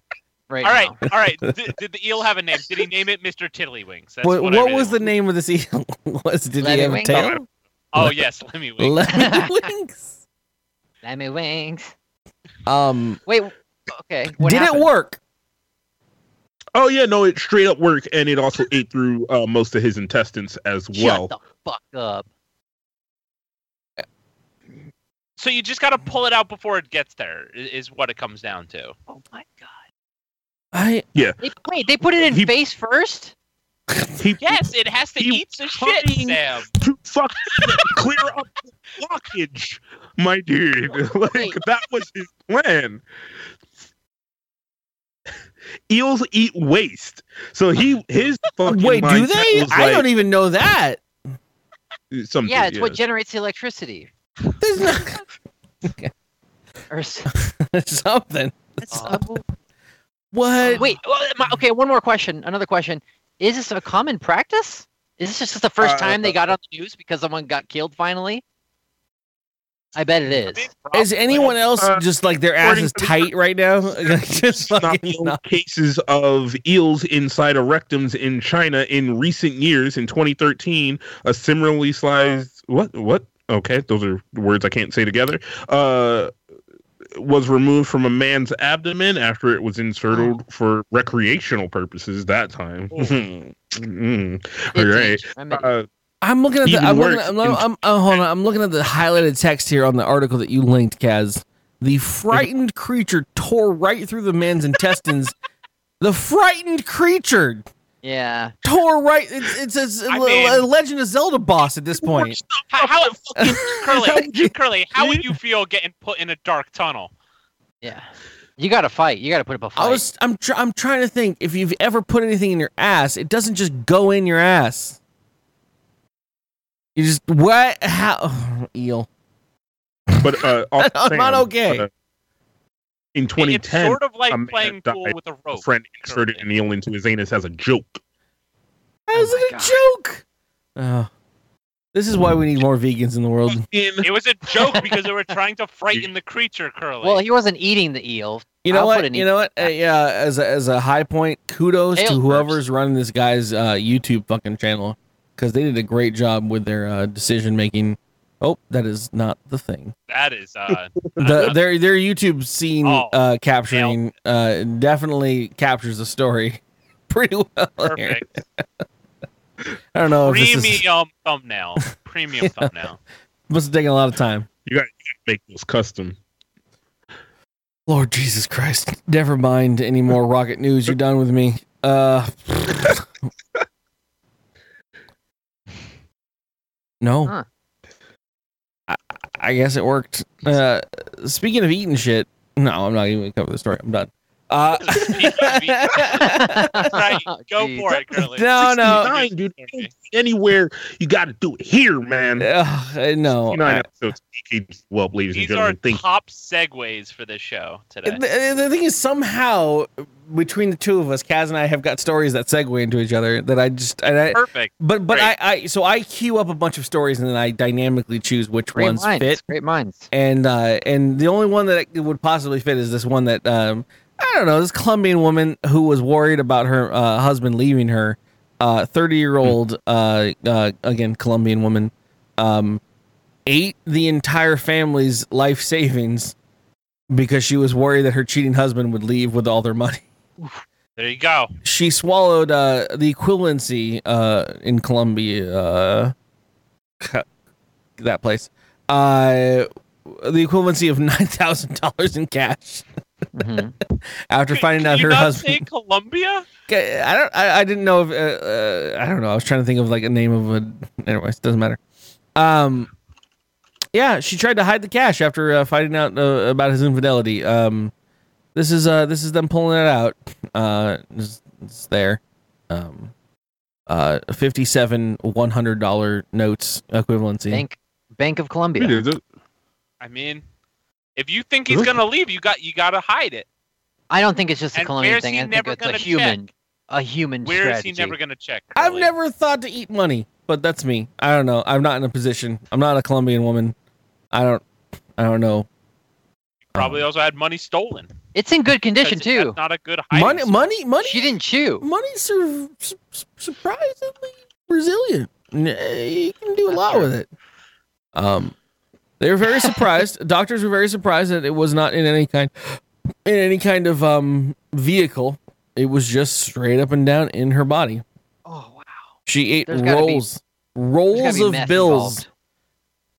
Right. All right. now. All right. Did, did the eel have a name? Did he name it Mr. Tiddlywinks? That's What, I what really was the want. name of this eel? <laughs> Was did he Lemmy have a Winks? tail? Oh yes, Lemmy Winks. Lemmy Winks. Lemmy wings. <laughs> Um, Wait. Okay. What did happened? it work? Oh yeah, no, it straight up worked, and it also ate through uh, most of his intestines as well. Shut the fuck up. so you just got to pull it out before it gets there. i- Is what it comes down to. Oh my god. I They, wait, they put it in He- face first? He Yes, it has to You eat some shit, fucking- Sam. to <laughs> fuck clear up the blockage, <laughs> my dude. like that was his plan. Eels eat waste. So he his fucking Wait, do mindset they? was I like- don't e-, even know that. something. Yeah, it's what generates the electricity. There's not <laughs> <laughs> Or s- <laughs> something. Oh. uh, What? wait, well, my- okay. One more question. Another question. Is this a common practice? Is this just the first Uh, time they got on the news because someone got killed finally? I bet it is. Is anyone else Uh, just like their ass according is to the- tight right now? <laughs> just Not fucking known not- cases of eels inside of rectums in China in recent years. In 2013, a similarly sized what what? Okay, those are words I can't say together. Uh, was removed from a man's abdomen after it was inserted for recreational purposes. That time. <laughs> Mm. All It's right. ancient remedy. Uh, I'm looking at the. Even I'm looking worse, at, I'm, I'm, oh, hold on. I'm looking at the highlighted text here on the article that you linked, Kaz. The frightened creature tore right through the man's intestines. <laughs> The frightened creature yeah. tore right. It's, it's, it's I a, mean- a Legend of Zelda boss at this point. How, how <laughs> Curly, fucking- Curly, how would you feel getting put in a dark tunnel? Yeah. You got to fight. You got to put up a fight. I was. I'm. Tr- I'm trying to think. If you've ever put anything in your ass, it doesn't just go in your ass. You just what? How? <sighs> Eel. but uh, off I'm Sam, not okay. uh, in It- 2010, it's sort of a like man playing pool died with a a rope. friend inserted an eel into his anus as a joke. Oh That was a joke. Oh. This is why we need more vegans in the world. <laughs> It was a joke because they were trying to <laughs> frighten the creature, Curly. <laughs> well, he wasn't eating <laughs> the eel. <laughs> You know I'll put what? an You know what? Uh, yeah, as a, as a high point, kudos Nail to first. whoever's running this guy's uh, YouTube fucking channel because they did a great job with their uh, decision making. Oh, that is not the <laughs> thing. that is uh, <laughs> The, their their YouTube scene Oh, uh, capturing uh, definitely captures the story <laughs> pretty well. here. perfect. I don't know if oh, this is Premium <laughs> thumbnail. Premium thumbnail. must have taken a lot of time. You got to make those custom. Lord Jesus Christ. Never mind any more rocket news. You're done with me. Uh <laughs> No. Huh. I, I guess it worked. Uh speaking of eating shit. No, I'm not even gonna cover the story. I'm done. Uh <laughs> right, <laughs> go Jeez. for it, Curly. No, Oh, no. 69, dude. Anywhere you got to do it here, man. Ugh, no. 69 I- episodes. Keeps well, ladies and These are gentlemen. Thank top segues for this show today. The, the thing is, somehow between the two of us, Kaz and I have got stories that segue into each other that I just and I, Perfect. But but I, Great. I so I queue up a bunch of stories and then I dynamically choose which Great ones minds. fit. Great minds. And uh and the only one that it would possibly fit is this one that um I don't know, this Colombian woman who was worried about her uh, husband leaving her, uh 30-year-old uh, uh again Colombian woman um ate the entire family's life savings because she was worried that her cheating husband would leave with all their money There you go. she swallowed uh, the equivalency uh, in Colombia, uh, <laughs> ca- that place, uh, the equivalency of <laughs> nine thousand dollars in cash Mhm. <laughs> after finding Can out you her not husband. say Columbia? Okay, I don't. I, I didn't know if. Uh, uh, I don't know. I was trying to think of like a name of a. Anyways, doesn't matter. Um, yeah, she tried to hide the cash after uh, finding out uh, about his infidelity. Um, this is uh, this is them pulling it out. Uh, it's, it's there. Um, uh, fifty-seven one hundred dollar notes equivalency. Bank Bank of you. Columbia. I mean, if you think he's gonna leave, you got you gotta hide it. I don't think it's just a And Colombian where's thing. he I think never it's a gonna human, a human Where is strategy. he never gonna check? I've Curly? never thought to eat money, but that's me. I don't know. I'm not in a position. I'm not a Colombian woman. I don't. I don't know. Probably also had money stolen. It's in good condition 'Cause that's too. Not a good hiding Money, spot. money, money. She didn't chew. money's sur- su- su- surprisingly resilient. N- You can do a lot with it. Um, they were <laughs> very surprised. Doctors were very surprised that it was not in any kind, in any kind of um vehicle. It was just straight up and down in her body. Oh wow. She ate There's gotta be- rolls, There's gotta rolls be of meth bills. involved.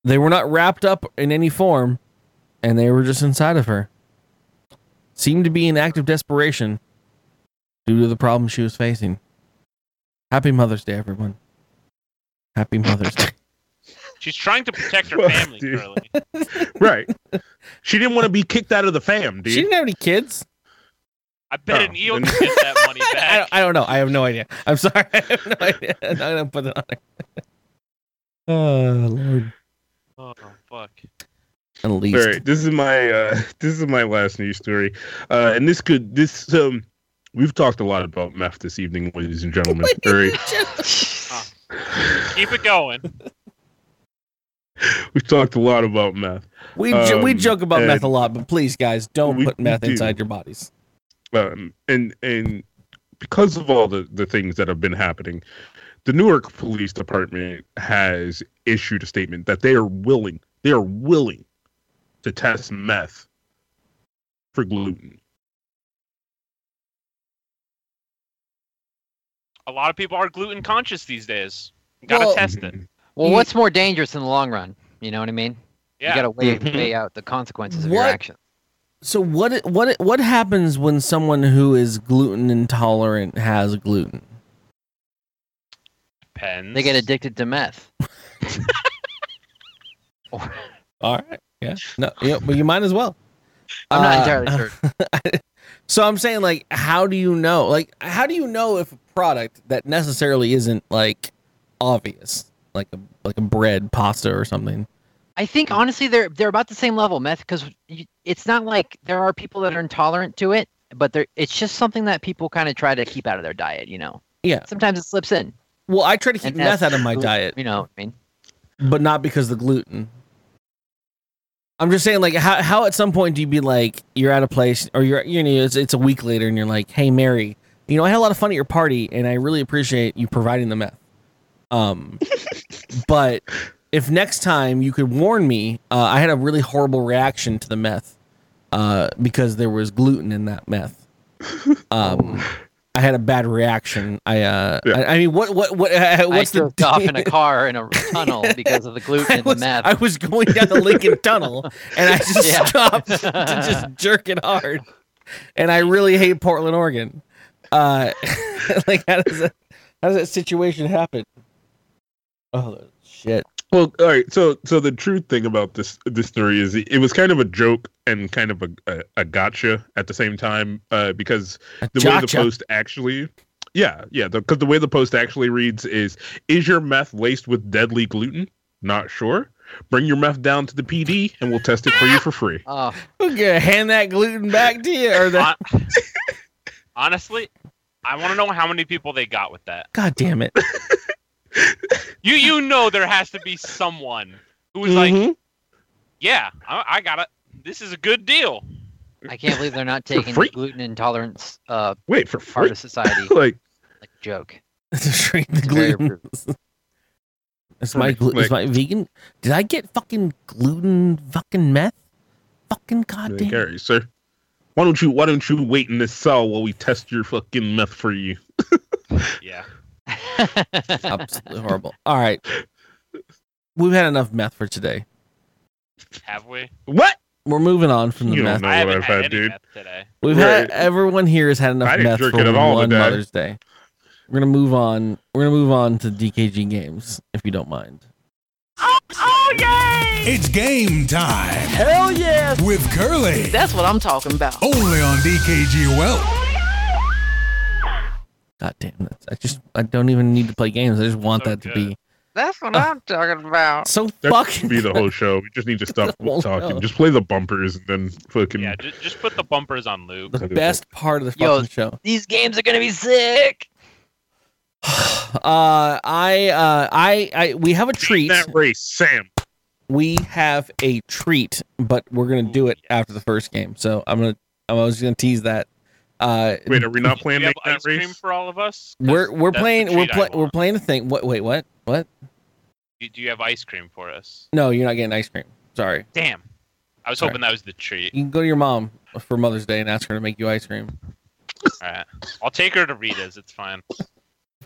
They were not wrapped up in any form, and they were just inside of her. Seemed to be in active desperation due to the problem she was facing. Happy Mother's Day, everyone. Happy Mother's Day. She's trying to protect <laughs> her Fuck, family, dude. Curly. Right. She didn't want to be kicked out of the fam, She dude. didn't have any kids. I bet Oh, an eel then- can get that <laughs> money I back. don't, I don't know. I have no idea. I'm sorry. <laughs> I have <laughs> no idea. I'm not gonna put that on there. <laughs> Oh Lord. oh fuck! At least. All right, this is my uh, this is my last news story, uh, and this could this um we've talked a lot about meth this evening, ladies <laughs> and gentlemen. All right, Uh, Keep it going. we've talked a lot about meth. We jo- we Um, joke about and- meth a lot, but please, guys, don't We- put meth we do. inside your bodies. um, and and because of all the the things that have been happening, the Newark Police Department has issued a statement that they are willing they are willing to test meth for gluten. A lot of people are gluten conscious these days. You gotta Well- test Mhm. Mm-hmm. it. <laughs> Well, You- what's more dangerous in the long run? You know what I mean? Yeah. You gotta weigh, Mm-hmm. Mhm. weigh out the consequences of your What? actions. So what what what happens when someone who is gluten intolerant has gluten? Depends. They get <laughs> addicted to meth. Or- All right. Yeah. No. Yeah, but you might as well. I'm not Uh, entirely certain. <laughs> So I'm saying, like, how do you know? Like, how do you know if a product that necessarily isn't like obvious, like a like a bread, pasta, or something? I think honestly they're they're about the same level, meth, because it's not like there are people that are intolerant to it, but they're it's just something that people kind of try to keep out of their diet. You know. Yeah. Sometimes it slips in. Well, I try to keep And meth that's out of my glu- diet, You know what I mean? but not because of the gluten. I'm just saying, like, how how at some point do you be like, you're at a place, or you're you know, it's it's a week later, and you're like, hey, Mary, you know, I had a lot of fun at your party, and I really appreciate you providing the meth. Um, but if next time you could warn me, uh, I had a really horrible reaction to the meth uh, because there was gluten in that meth. Um, I had a bad reaction. I, uh, Yeah. I, I mean, what, what, <laughs> what, uh, I what's the jerked <laughs> off in a car in a tunnel because of the gluten I and the was, meth. I was going down the Lincoln Tunnel and I just <laughs> Yeah. stopped to just jerk it hard. And I really hate Portland, Oregon. Uh, <laughs> like, how does, that, how does that situation happen? Oh, shit. Well, all right. So, so the true thing about this this story is it, it was kind of a joke and kind of a, a, a gotcha at the same time uh, because the way the Gotcha. post actually, yeah, yeah, because the way the post actually reads is: Is your meth laced with deadly gluten? Not sure. Bring your meth down to the PD and we'll test it for you for free. Oh, Okay, hand that gluten back to you. Or the, Hon- <laughs> Honestly, I want to know how many people they got with that. God damn it. <laughs> You you know there has to be someone who was like, yeah, I, I got it. This is a good deal. I can't believe they're not For taking free? the gluten intolerance uh, Wait for part free? of society <laughs> like, like <laughs> joke. Shrink the It's very gluten. rude. Is my gluten? Is my vegan? Did I get fucking gluten? Fucking meth? Fucking like, goddamn. all right, sir. Why don't you Why don't you wait in this cell while we test your fucking meth for you? Yeah. <laughs> Absolutely horrible. All right. We've had enough meth for today. Have we? What? We're moving on from the You meth. don't know I what haven't Oh, I've had, had, any dude. meth today. We've had Right. everyone here has had enough I didn't meth drink for it at all one today. Mother's Day. We're gonna move on. We're gonna move on to DKG games, if you don't mind. It's game time. Hell yes! With Curly. That's what I'm talking about. Oh. Only on DKG Well. God damn it. I just I don't even need to play games. I just want So that to good. be That's Uh. what I'm talking about. so That fucking should <laughs> be the whole show. We just need to stop The whole talking. show. Just play the bumpers and then fucking. Yeah, just, just put the bumpers on <laughs> loop. the best part of the Yo, fucking show. These games are gonna be sick. Uh, I, uh, I, I, we have a treat. that race, Sam. We have a treat, but we're gonna do it after the first game. So I'm gonna, I was gonna tease that. Uh, Wait, are we not Do playing we have Make ice That cream Race? for all of us? 'Cause we're we're that's the playing we're treat I playing we're want. playing a thing. What? Wait, what? What? Do- Do you have ice cream for us? No, you're not getting ice cream. Sorry, Damn. I was Sorry. hoping that was the treat. you can go to your mom for Mother's Day and ask her to make you ice cream. <laughs> All right. I'll take her to Rita's. It's fine.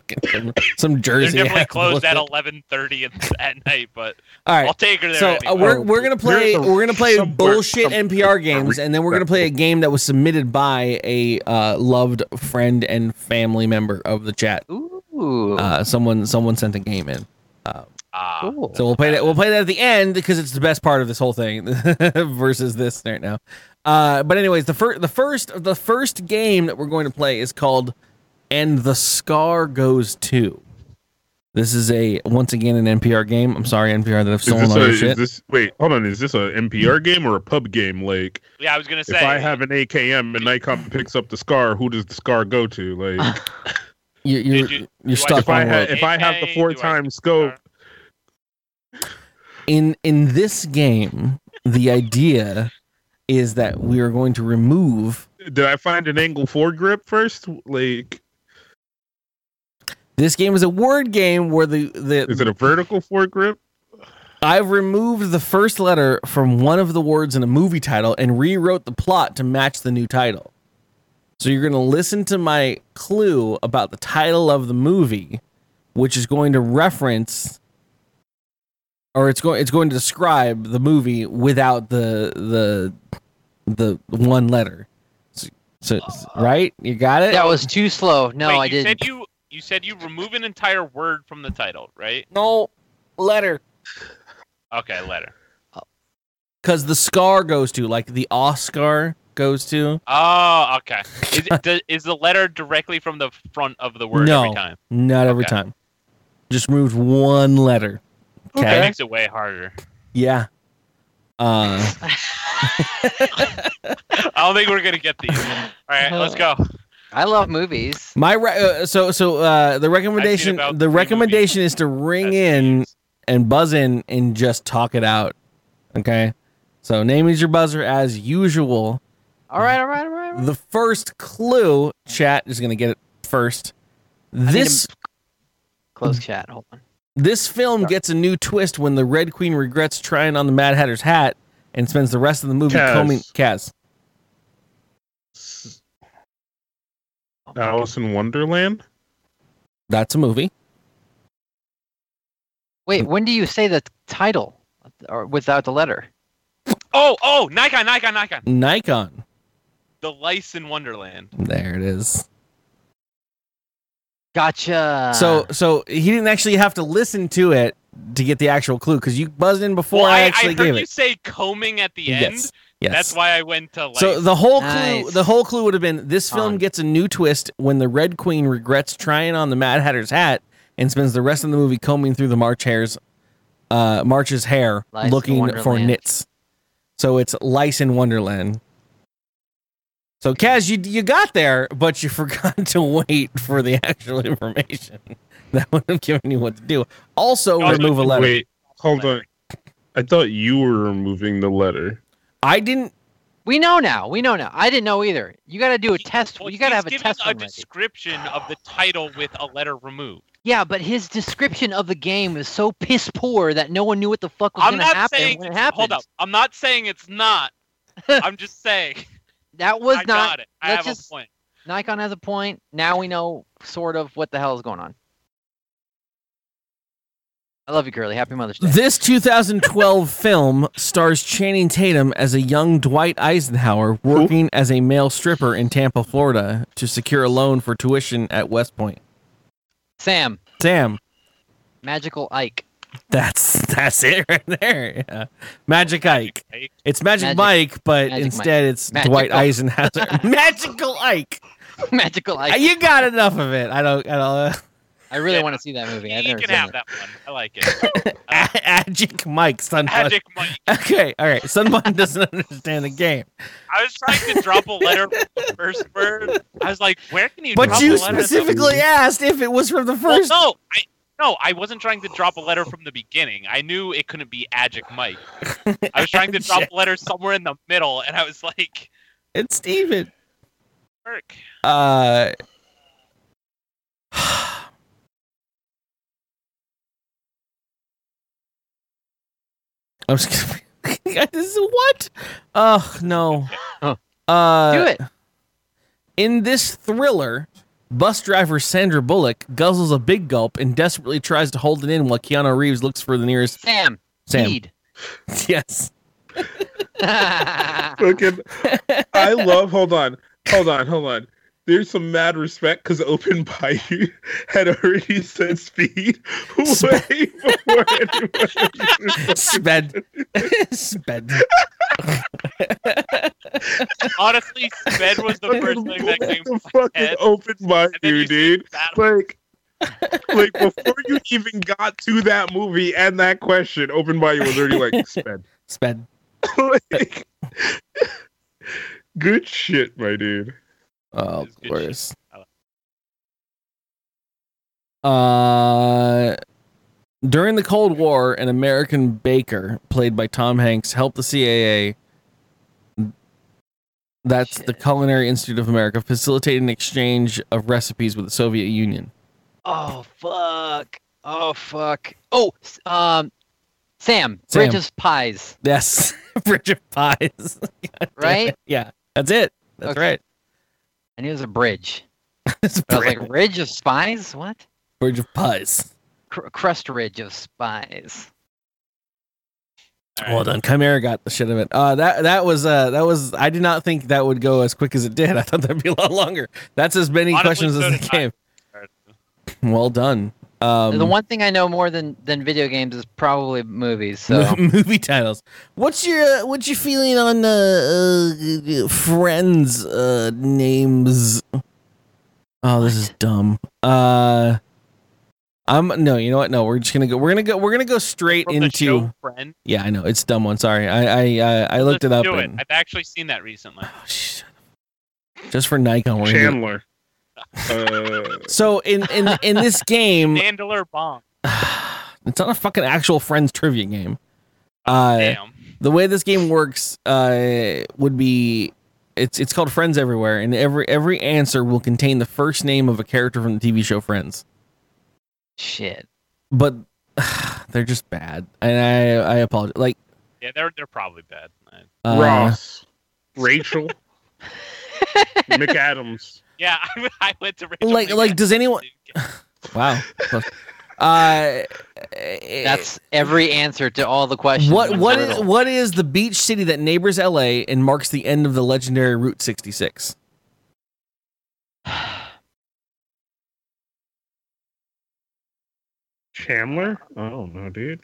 Get Some, some They're Jersey. definitely ass closed at bullshit. 11:30 in- at <laughs> night, but All I'll right. take her there. So uh, anyway. we're we're gonna play There's a- we're gonna play somewhere- bullshit some- NPR games, and then we're gonna play a game that was submitted by a uh, loved friend and family member of the chat. Ooh. Uh, someone someone sent a game in, Ah, cool. <laughs> so we'll play that. We'll play that at the end because it's the best part of this whole thing versus this right now. Uh, but anyways, the first the first the first game that we're going to play is called "And the Scar Goes To." This is a once again an NPR game. I'm sorry NPR that I've Is stolen this, all a, your is shit. this wait? Hold on. Is this a NPR game or a pub game? Like, Yeah, I was gonna Mm-hmm. say. if I have an AKM and Nikon picks up the scar, who does the scar go to? Like, Ah, You're you're, you, are you are stuck if I, on ha- rope. if I have the four time scope, in in this game. The idea is that we are going to remove did I find an angle foregrip first? Like, this game is a word game where the the is it a vertical foregrip? I've removed the first letter from one of the words in a movie title and rewrote the plot to match the new title. So you're going to listen to my clue about the title of the movie, which is going to reference or it's going it's going to describe the movie without the the the one letter. So, so- right? You got it? That was too slow. No, Wait, I you didn't. Said you you said you remove an entire word from the title, right? no letter Okay, letter. cuz the scar goes to like the Oscar goes to Oh, okay. <laughs> Is, it, do, is the letter directly from the front of the word no, every time? Not every Okay. time. Just removed one letter. That Okay. makes it way harder. Yeah. Uh, I don't think we're gonna get <laughs> these. All right, let's Uh. go. I love movies. my re- uh, so so uh, the recommendation about the three recommendation is to ring in and buzz in and just talk it out. Okay. So name is your buzzer as usual. All right, all right, all right. all right. The first clue chat is going to get it first. need This Close chat. Hold on. This film gets a new twist when the Red Queen regrets trying on the Mad Hatter's hat and spends the rest of the movie Kaz. combing Kaz. Alice in Wonderland. That's a movie. Wait, when do you say the title or without the letter? Oh, oh, Nikon, Nikon, Nikon. Nikon. The lice in Wonderland. There it is. Gotcha. so so he didn't actually have to listen to it to get the actual clue because you buzzed in before Well, I, I, I actually heard gave you it. say combing at the end. Yes. Yes. That's why I went to lice. so the whole clue Nice. the whole clue would have been this film On. gets a new twist when the Red Queen regrets trying on the Mad Hatter's hat and spends the rest of the movie combing through the March hair's uh March's hair Lice in looking for Wonderland. nits. So it's Lice in Wonderland. So Kaz, you you got there, but you <laughs> forgot to wait for the actual <laughs> information. That would have given you what to do. Also, Also, remove a letter. Wait, hold on. I thought you were removing the letter. I didn't. we know now. We know now. I didn't know either. You got to do a test. Well, you got to he's have a giving test. a one ready. description of the title with a letter removed. Yeah, but his description of the game is so piss poor that no one knew what the fuck was I'm going to not happen saying. when it happened. Hold up. I'm not saying it's <laughs> not. I'm just saying. That was I not. got it. I let's have just- a point. Nikon has a point. Now we know sort of what the hell is going on. I love you, Curly. Happy Mother's Day. This 2012 film stars Channing Tatum as a young Dwight Eisenhower working as a male stripper in Tampa, Florida, to secure a loan for tuition at West Point. Sam, Damn, Magical Ike. <laughs> that's that's it right there. Yeah. Magic Ike. Ike. It's Magic, Magic- Mike, but Magic Mike. instead it's Dwight Magical. Eisenhower. <laughs> Magical Ike. Magical Ike. you got enough of it. I don't. I don't. I really Yeah. want to see that movie. I've you never can seen have it. that one. I like it. <laughs> <laughs> uh, Magic Mike Sunbun. Magic Mike. Okay, all right. Sunbun doesn't <laughs> understand the game, I was trying to drop <laughs> a letter from the first word. I was like, where can you but drop you a letter? specifically asked if it was from the Well, first. no, I, no, I wasn't trying to drop a letter from the beginning. I knew it couldn't be Agic Mike. I was <laughs> trying to drop a letter somewhere in the middle, and I was like, It's Steven. Merc. Uh, <sighs> I'm just. <laughs> Gonna, this is what? Oh no. Huh. Uh, Do it. In this thriller, bus driver Sandra Bullock guzzles a big gulp and desperately tries to hold it in while Keanu Reeves looks for the nearest <laughs> Sam. Sam. Heed. Yes. <laughs> I Fucking, I love. Hold on, hold on, hold on. there's some mad respect because Open Bayou <laughs> had already said speed <laughs> way before anyone. Sped. <laughs> Sped. Honestly, Sped was the first thing that came the fucking Open Bayou, dude. Like, like before you even got to that movie and that question, Open Bayou was already like sped. Sped. like, <laughs> good shit, my dude. Oh, of course. Uh, during the Cold War, an American baker, played by Tom Hanks, helped the CAA. That's the Culinary Institute of America, facilitate an exchange of recipes with the Soviet Union. <laughs> Oh fuck! Oh fuck! Oh, s- um, Sam, Sam. Bridges pies, Yes, bridge of pies. <laughs> God damn right? it. <laughs> Yeah, that's it. That's Okay. right. <laughs> And it was a bridge. It's I was bridge, like, ridge of spies? What? bridge of pies. Cr- crust ridge of spies. Well done. Chimera got the shit of it. Uh, that that was uh, that was. I did not think that would go as quick as it did. <laughs> I thought that'd be a lot longer. That's as many Honestly, questions so as it did I. came. <laughs> Well done. Um, the one thing I know more than than video games is probably movies. <laughs> So movie titles. What's your uh, what's your feeling on uh, uh, friends uh, names? Oh, this is dumb. Uh, I'm no. You know what? No, we're just gonna go. We're gonna go. We're gonna go straight from the into. show Friend. Yeah, I know it's a dumb one. Sorry, I uh, I I, I looked it Let's up. do and- I've actually seen that recently. Oh, shit. Just for Nikon. We're gonna do- Chandler. Uh, so in in in this game, Mandler bomb. it's not a fucking actual friends trivia game. Uh, Damn. the way this game works uh, would be it's it's called Friends Everywhere, and every every answer will contain the first name of a character from the TV show Friends. shit. But <sighs> they're just bad, and I I apologize. Like Yeah, they're they're probably bad. Uh, uh, Ross, <laughs> Rachel, McAdams. Yeah, <laughs> I, I went to Rachel Like- Lee like, Mann. does anyone- Wow. Close. uh, That's every answer to all the questions. what It's what is brutal. what is the beach city that neighbors L.A. and marks the end of the legendary Route <laughs> 66? Chandler? I don't know, dude.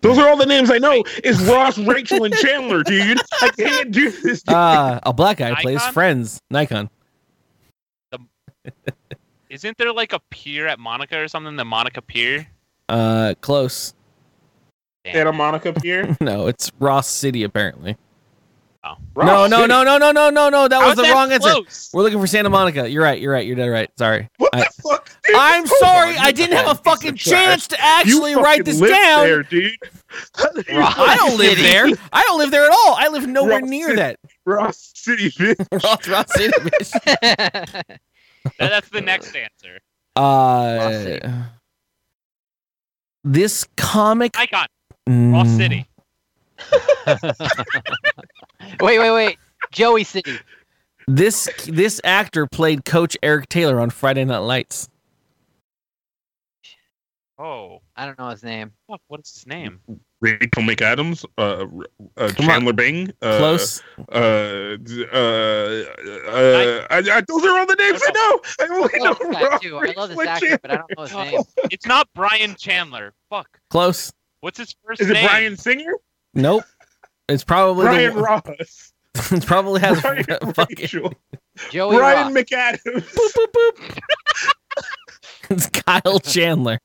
Those are all the names I know. Is Ross, Rachel, and Chandler, dude. I can't do this. dude. Uh, a black guy plays Nikon? Friends. Nikon. Isn't there like a pier at Monica or something? The Monica Pier. Uh, close. <laughs> Damn. Santa Monica Pier. No, it's Ross City apparently. Ross, no, no, dude. no, no, no, no, no, no. That was How's the that wrong answer. close? We're looking for Santa Monica. You're right. You're right. You're dead right. Sorry. What I- the fuck? dude? I'm Hold sorry. on, I you didn't have a piece of fucking chance trash. to You actually fucking write this live down. there, dude. I don't live City. there. I don't live there at all. I live nowhere Ross near City. that. Ross City, bitch. Ross, Ross City, bitch. That- that's the next answer. Uh, this comic. Icon. Ross Mm, City. wait, wait, wait. Joey City. This this actor played Coach Eric Taylor on Friday Night Lights. Oh, I don't know <laughs> his name. fuck, what is his name? Rachel McAdams, uh, uh, Come on. Chandler Bing, uh, Close. Uh, d- uh, uh, I, I, those are all the names I know. I only I know love this guy Ross, too. I love this Rachel, and actor, Chandler. but I don't <laughs> know his name. <laughs> It's not Brian Chandler. Fuck. Close. What's his first Is it name? Brian Singer? Nope. It's probably <laughs> Brian the, Ross. it probably has <laughs> Brian fucking Rachel. Joey Brian Ross. <laughs> McAdams. it's Kyle Chandler.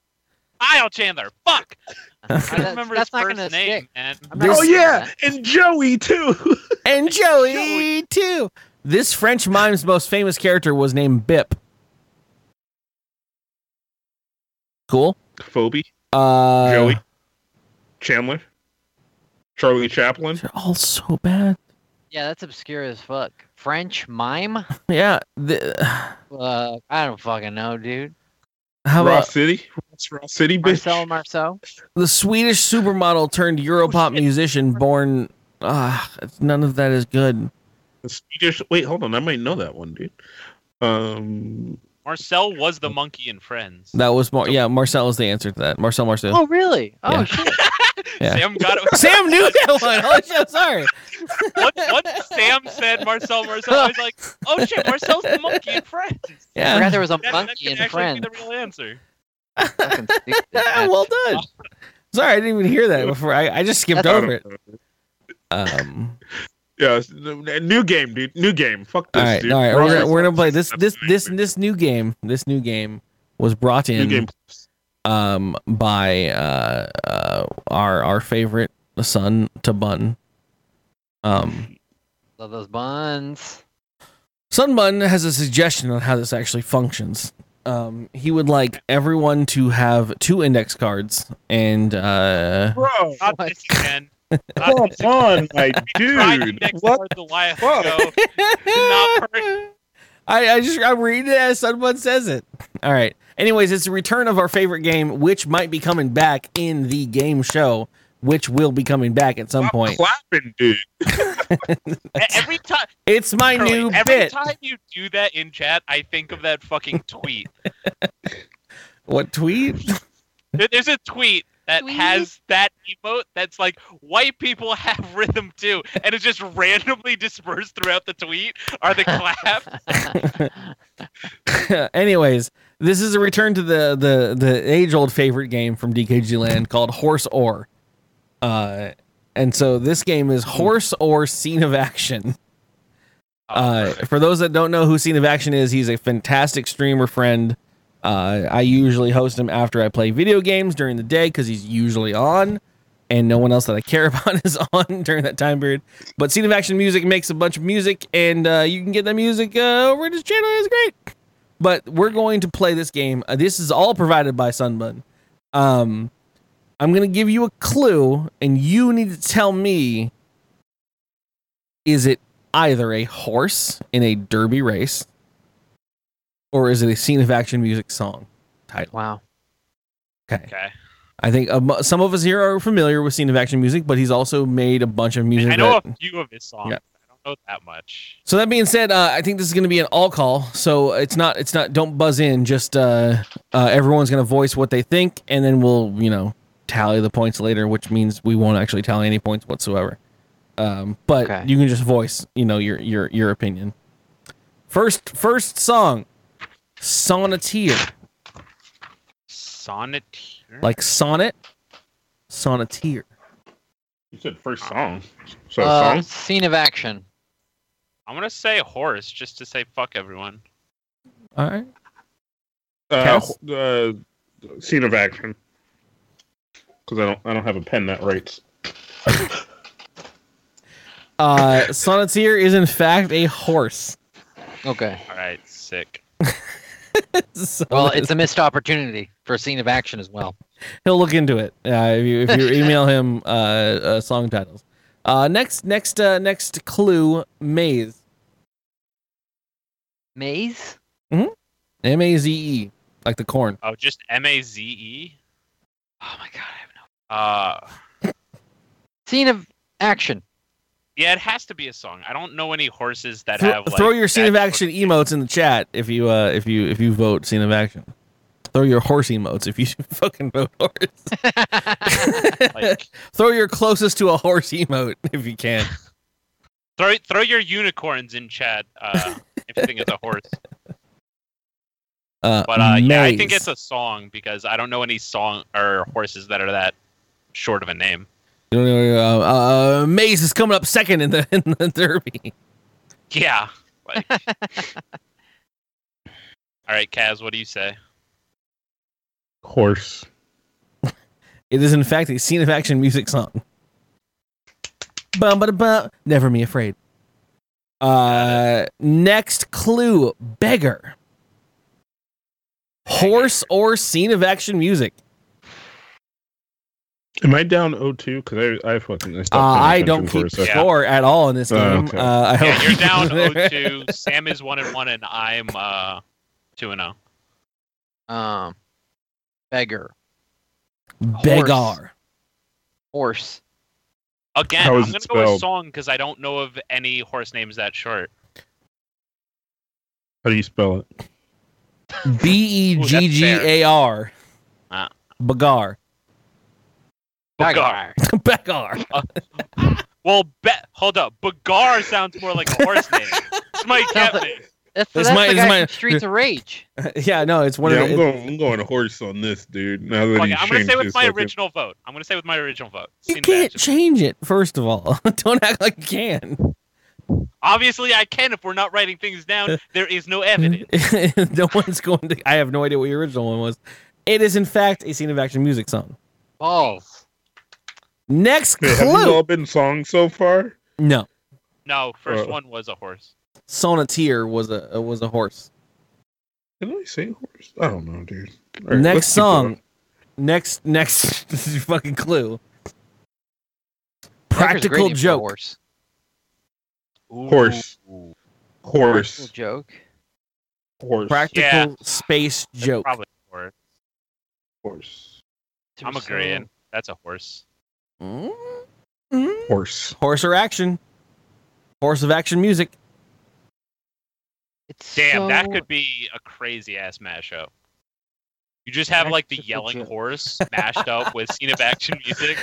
Kyle Chandler. Fuck. I Uh, That's- don't remember that's his not first gonna name, stick. man. I'm not This- Oh gonna do yeah, that. and Joey too. <laughs> And Joey too. This French mime's most famous character was named Bip. Cool. Phoebe, Uh, Joey, Chandler, Charlie Chaplin. They're all so bad. Yeah, that's obscure as fuck. French mime? Yeah. The, <sighs> Fuck, I don't fucking <laughs> know, dude. how about Ross City, Ross, Ross City, bitch. <laughs> Marcel Marceau. the Swedish supermodel turned Oh, Europop musician born? Ah, none of that is good. The Swedish. Wait, hold on. I might know that one, dude. Um. Marcel was the monkey in Friends. That was more. Yeah, Marcel was the answer to that. Marcel Marceau. Oh really? Oh Yeah. shit. Sam got it. <laughs> Sam knew that one. Oh, so sorry. Once, once Sam said Marcel, Marcel, I was like, oh shit, Marcel's the monkey in <laughs> Friends. Yeah. <laughs> I forgot there was a That- that monkey could in actually be Friends. the real <laughs> answer. <laughs> Fucking stupid. Ah, well done. Sorry, I didn't even hear that before. I, I just skipped That's- over it. Um, Yeah, it's- new game, dude. New game. Fuck <laughs> this, all right, dude. all right. We're <laughs> gonna, Ross, we're gonna play this this this this new game. This new game was brought new in game. um by uh, uh our our favorite son to bun. Um, Love those buns. Sun Bun has a suggestion on how this actually functions. Um, he would like everyone to have two index cards, and uh, Bro, <laughs> Not this again. come <laughs> Oh, Not this again. on, my Tried dude. Next What? what? The last fuck? show. I, I just I'm reading it as Sun Bun says it. All right. Anyways, it's the return of our favorite game, which might be coming back in the game show, which will be coming back at some Stop point. clapping, dude. E- Every time, It's my Charlie, new every bit. time you do that in chat, I think of that fucking tweet. What tweet? There- There's a tweet that Tweet. has that emote that's like white people have rhythm too, and it's just randomly dispersed throughout the tweet are <laughs> the claps. uh, Anyways, this is a return to the the the age old favorite game from DKG Land called Horse Or. Uh, and so this game is Horse Or Scene of Action. Uh, for those that don't know who Scene of Action is, he's a fantastic streamer friend. Uh, I usually host him after I play video games during the day because he's usually on, and no one else that I care <laughs> about is on during that time period. But Scene of Action Music makes a bunch of music, and uh, you can get that music uh, over at his channel. It's great. But we're going to play this game. Uh, this is all provided by Sunbun. Um, I'm going to give you a clue, and you need to tell me is it either a horse in a derby race or is it a scene of action music song title? Wow. Okay. Okay. I think um, some of us here are familiar with scene of action music, but he's also made a bunch of music. I know that- a few of his songs. Yeah. I don't know that much. so that being said, uh, I think this is going to be an all call. So it's not, it's not, don't buzz in. Just uh, uh, everyone's going to voice what they think, and then we'll, you know, tally the points later, which means we won't actually tally any points whatsoever. Um, but Okay. you can just voice, you know, your your your opinion. First, first song, sonneteer, Sonneteer. like sonnet, sonneteer. You said first song. So song. Uh, scene of action. I'm gonna say horse just to say fuck everyone. All right, Uh, Cass? uh, scene of action. Because I don't, I don't have a pen that writes. uh, sonneteer is in fact a horse. <laughs> Okay. All right, sick. So Well, that's- it's a missed opportunity for a scene of action as well. he'll look into it uh, if you if <laughs> you email him uh, uh, song titles. Uh, next next uh, next clue maze Maze? M A Z E like the corn. Oh, just M A Z E. Oh my god, I have no Uh, scene of action. yeah, it has to be a song. I don't know any horses that Throw, have. Like, throw your scene that of action sort emotes in the chat if you uh, if you if you vote scene of action. Throw your horse emotes if you <laughs> fucking vote horse. of, <laughs> Like, <laughs> throw your closest to a horse emote if you can. throw throw your unicorns in chat uh, if you think it's a horse. Uh, But uh, yeah, I think maze. it's a song because I don't know any song or horses that are that short of a name. <laughs> You know, uh, uh, maze is coming up second in the <laughs> in the derby. Yeah. Like... <laughs> All right, Kaz, what do you say? Horse. It is in fact a scene of action music song. Bum bada bum. Never me afraid. Uh next clue, beggar. Horse or scene of action music. Am I down 0-2? Because I, I fucking. I, Uh, stopped paying I don't attention for a keep second. second. score at all in this Oh, game. okay. Uh, I Yeah, hope you're <laughs> down 0-2. Sam is one and one, and I'm uh two and zero. Um beggar. Beggar. Horse. Again, How I'm is gonna it go spelled? with song because I don't know of any horse names that short. How do you spell it? B E G G A R. Ah. <laughs> Begar. Bagar. Bagar. well, be- hold up. Bagar sounds more like <laughs> a horse name. This might Sounds get like- me. That's, This that's might- the this guy might- from Streets <laughs> of Rage. yeah, no, it's one yeah, of I'm the. it- going. I'm going horse on this dude. Now that Okay, he's I'm gonna changed say with his my fucking- original vote. I'm gonna say with my original vote. you Scene of can't action. change it. First of all, <laughs> don't act like you can. Obviously, I can if we're not writing <laughs> things down. There is no evidence. <laughs> no one's going to. I have no idea what your original one was. It is in fact a scene of action music song. Balls. Next Hey, have these clue. all been songs so far? No, No, first Uh. one was a horse. Sonneteer was a uh, was a horse. Did I say horse? I don't know, dude. All right, next let's keep song. Next next <laughs> this is your fucking clue. Hacker's a Practical great name for a joke. Horse. Ooh. Horse. going. Practical Horse. joke. Horse. Practical space That's joke. Probably a horse. Horse. I'm agreeing. That's a horse. Mm, mm. Horse. Horse or action. Horse of action music. It's Damn, so... that could be a crazy ass mashup. You just have like the Practical yelling joke. horse mashed up with scene of action music.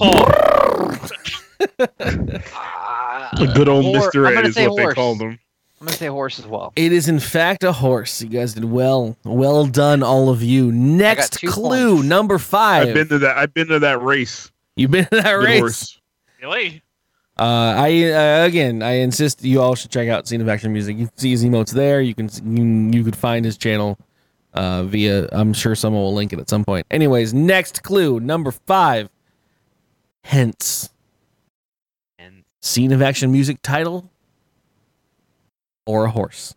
Oh, Ah, The good old or- Mister <laughs> I'm A gonna is say what they horse. called him. I'm gonna say horse as well. It is in fact a horse. You guys did well. Well done, all of you. Next two clue, points. number I've five. been to that. I've been to that race. You've been in that Good race. horse. really? Uh, I uh, again, I insist you all should check out Scene of Action Music. You can see his emotes there. You can you, you could find his channel uh, via. I'm sure someone will link it at some point. Anyways, next clue number five. Hence, And Scene of Action Music title or a horse.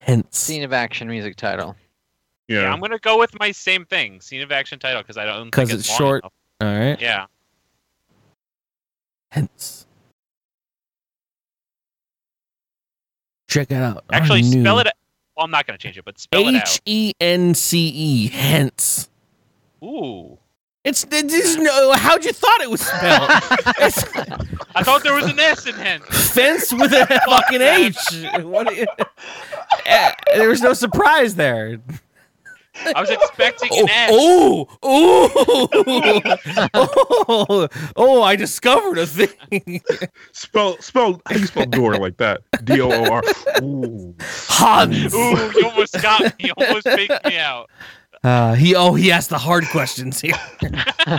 Hence, Scene of action music title. Yeah. yeah, I'm gonna go with my same thing, scene of action title, because I don't think 'Cause it's long short. enough. all right. Yeah, Hence. Check it out. our <laughs> actually, new spell it. Well, I'm not gonna change it, but spell it out. H e n c e. Hence. Ooh, It's this is no. How'd you thought it was <laughs> spelled? it's I thought there was an S in hen. fence with a fucking H. What? do you- Eh, there was no surprise there. I was expecting an S. <laughs> Oh, oh, oh, oh, <laughs> oh! I discovered a thing. Spell spell how you spell door like that? D O O R. Ooh. Hans. Ooh, you almost got me. You almost faked me out. Uh, he oh he asked the hard questions <laughs> here.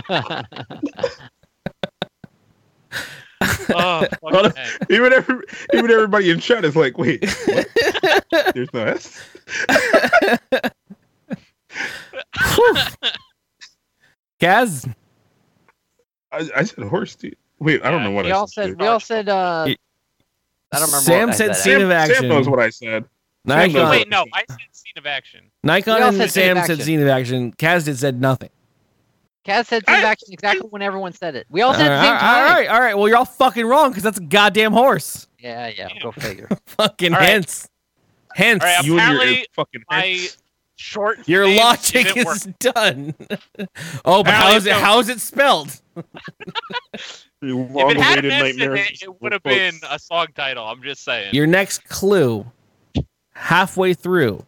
<laughs> Oh, Hold fucking up. heck. Even every, even everybody in chat is like, wait, what? there's no S. Kaz, I, I said horse, dude. Wait, I don't know what we I all said. said. dude. We all said. Uh, It- I don't remember. Sam what I said said. scene Sam, of action. Sam knows what I said. Sam knows Nikon, Wait, no, I said scene of action. Nikon We all and said scene of Sam said action. scene of action. Kaz did said nothing. Kaz said scene of action exactly when everyone said it. We all said it at the all same right, time. all right, all right. Well, you're all fucking wrong because that's a goddamn horse. <laughs> Yeah, yeah. Go figure. Fucking All right. hence. Hence. All right, You and your apparently fucking my short. your name logic <laughs> didn't work. is done. oh, but how is it Apparently so. how is it spelled? If it had long-awaited an S in nightmare. it, it would have been a song title. I'm just saying. Your next clue halfway through.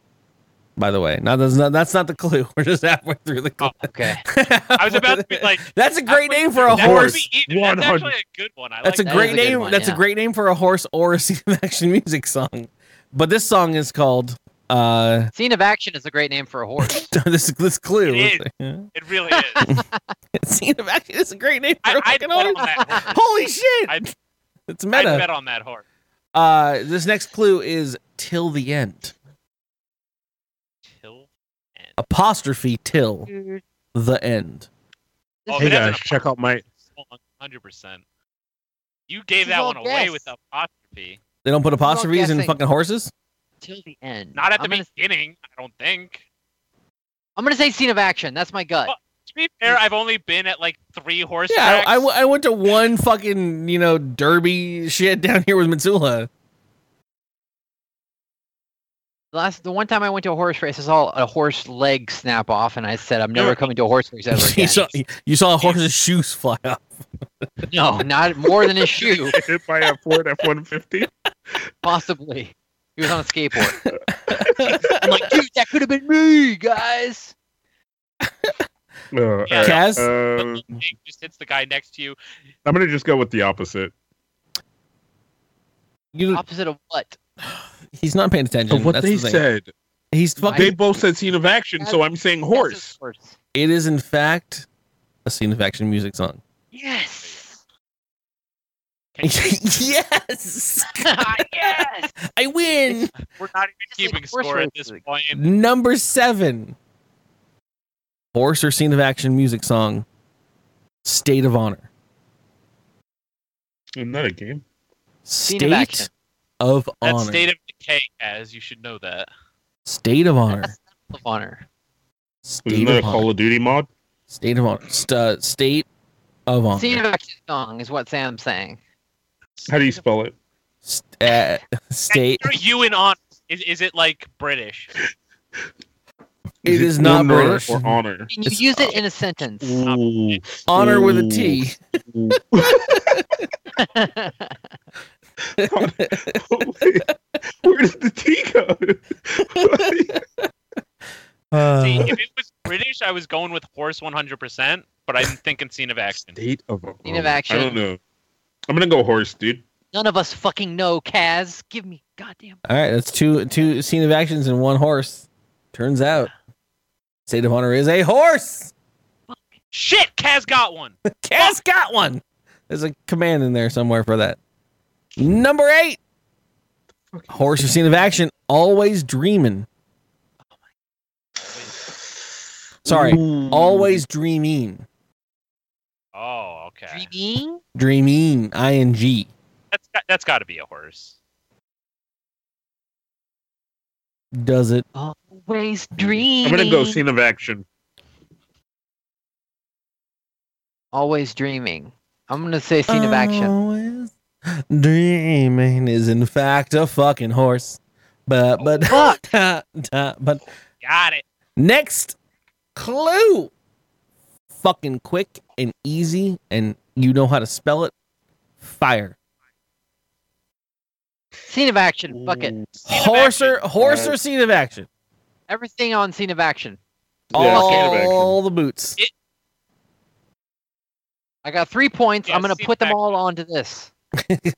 By the way, now that's not that's not the clue. <laughs> We're just halfway through the clue. Okay. <laughs> Oh. I was about to be like. That's a great name for a that would horse. be even- That's 100. actually a good one. I That's a like that. great That is a good name. one, that's a yeah. great name for a horse or a <laughs> scene of action music song. But this song is called uh <laughs> Scene of action is a great name for a horse. this this clue. It <laughs> that. It really is. scene of action is a great name for I, a I'd fucking bet horse. on that horse. <laughs> Holy shit! I'd- it's I'd meta. bet on that horse. Uh, this next clue is till the end. Till end. Apostrophe till the end. Oh, Hey it has an guys, check out my. song, 100%. You gave This is that all one away guess. with the apostrophe. They don't put apostrophes in guessing. fucking horses. Till the end. Not at the I'm gonna, beginning, I don't think. I'm gonna say scene of action. That's my gut. Oh. To be fair, I've only been at like three horse Yeah, tracks. I, I, w- I went to one fucking you know derby shit down here with Missoula. The Last the one time I went to a horse race, I saw a horse leg snap off, and I said, "I'm never coming to a horse race <laughs> ever you, again." saw, you saw a horse's shoes fly off. no, not more than his shoe, <laughs> <laughs> Hit by a Ford F one fifty. possibly. He was on <laughs> a skateboard. I'm like, dude, that could have been me, guys. Uh, Yeah. Kaz? uh, Um, Jake just hits the guy next to you. I'm gonna just go with the opposite. You, Opposite of what? he's not paying attention. Of what That's they the thing. said. He's They fucking. both said scene of action, so I'm saying horse. Horse. It is in fact a scene of action music song. <laughs> Yes. yes, <laughs> yes. I win. We're not even Just like keeping horse score at this racing. point. Number seven. Horse or scene of action music song. State of honor. Not a game. State of action. of That's honor. state of decay, as you should know that. State of honor. Of honor. Isn't State that a of Call honor. of Duty mod? State of honor. St- uh, state of honor. Scene of action song is what Sam's saying. How do you spell it? St- uh, <laughs> state. Are you in on? Is, is it like British? It is not honor British. or <laughs> honor. Can you It's- use it in a sentence? Ooh. Honor with a Ooh. T. Ooh. Where does the T go? See, Uh, if it was British, I was going with horse 100%, but I'm thinking scene of action. State of Scene of action. I don't know. I'm gonna go horse, dude. <laughs> None of us fucking know, Kaz. Give me goddamn. all right, that's two two scene of actions and one horse. Turns out, state of honor is a horse. Shit, Kaz got one. Cass got one. There's a command in there somewhere for that. Number eight. Horse or scene of action. Always dreaming. Sorry, always dreaming. Oh, okay. Dreaming? Dreaming. Ing. That's got, that's got to be a horse. Does it? Always dreaming. I'm gonna go scene of action. Always dreaming. I'm gonna say scene of Uh, action. Always dreaming is in fact a fucking horse. But but <laughs> da, da, but Got it. Next clue. Fucking quick and easy, and you know how to spell it. Fire. Scene of action. <laughs> Fuck it. of horse or action. horse or scene of action. Everything on scene of action. Yeah, All, scene of action. the boots. <laughs> I got three points. Yeah, I'm gonna scene put of them all onto this.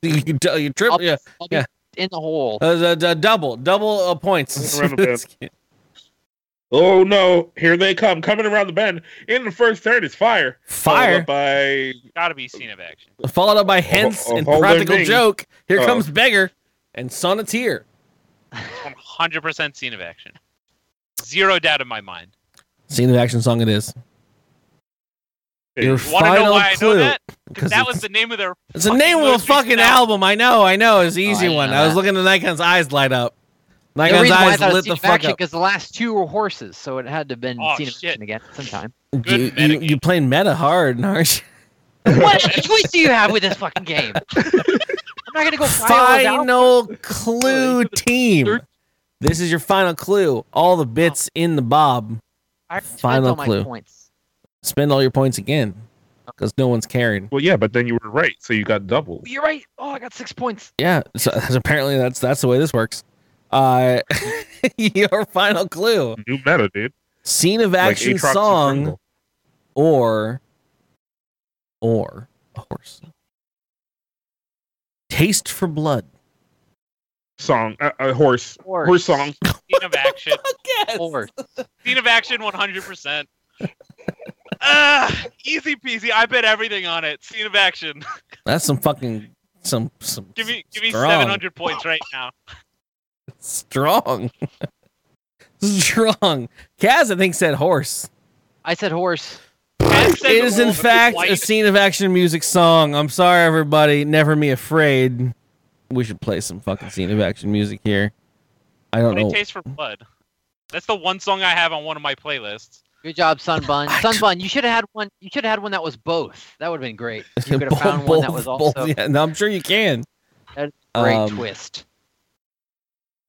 you can tell you trip. I'll- Yeah, I'll be Yeah. in the hole. Uh, d- d- double double uh, points. <laughs> Round of Oh no! Here they come, coming around the bend. In the first third is fire. Followed up Fire by Got to be scene of action. followed up by hence Oh, and hold their practical name. joke. Here Oh. comes beggar and sonneteer. 100% scene of action. Zero doubt in my mind. Scene of action song. It is. Your Wanna Want to final know why I clue. know that? 'cause Because that it's- was the name of their. It's the name of a most recent fucking album. I know, I know. It's an Oh, I easy didn't one. know I was that. looking at Nikon's eyes light up. the Nikon's reason why I eyes thought it was lit scene the of fuck action up. because the last two were horses, so it had to have been Oh, scene of shit. action again sometime. Good You, meta you, you playing meta hard, <laughs> aren't you? what choice do you have with this <laughs> fucking game? I'm not gonna go find all Final those out. clue team. This is your final clue. All the bits in the bob. I spent final all my clue. points. Spend all your points again because no one's caring. Well, yeah, but then you were right, so you got double. You're right. Oh, I got six points. Yeah, so <laughs> apparently that's that's the way this works. Uh, <laughs> your final clue: New meta, dude. scene of action Aatrox and song. Pringle. or or a horse. Taste for blood. Song, uh, uh, horse, Horse. horse song. Scene of <laughs> action. Yes. Horse. Scene of action, 100%. Uh, easy peasy. I bet everything on it. Scene of action. <laughs> That's some fucking some some Give me give me strong, 700 points right now. strong. <laughs> Strong. Kaz I think said horse. I said horse. Kaz said It is in horse. fact Why a scene of action music song. I'm sorry everybody, never me afraid. We should play some fucking scene of action music here. I don't What do know. you taste for blood? That's the one song I have on one of my playlists. Good <laughs> job, Sunbun. I tr- Sunbun, you should have had one. You should have had one that was both. That would have <laughs> been great. You could have Both- found one that was both- both- also <laughs> yeah, no, I'm sure you can. That's great Um, uh, twist.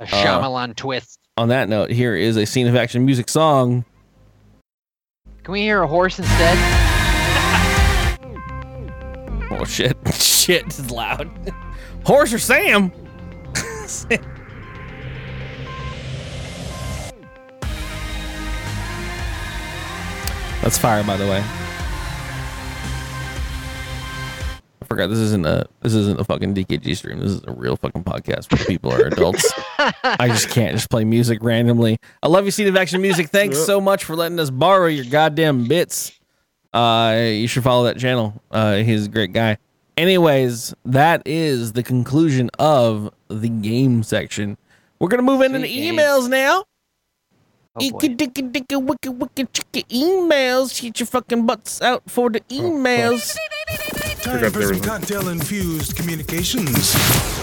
A Shyamalan twist. on that note, here is a scene of action music song. Can we hear a horse instead? Oh shit! <laughs> shit is loud. <laughs> Horse or Sam? That's fire, by the way. I forgot this isn't a this isn't a fucking DKG stream. This is a real fucking podcast where people are adults. I just can't just play music randomly. I love you, Seat of Action Music. Thanks so much for letting us borrow your goddamn bits. Uh, you should follow that channel. Uh, he's a great guy. Anyways, that is the conclusion of the game section. We're gonna move into the emails now. Eeky dicky dicky wicky wicky chicky emails. Get your fucking butts out for the emails. Time for some cocktail infused communications.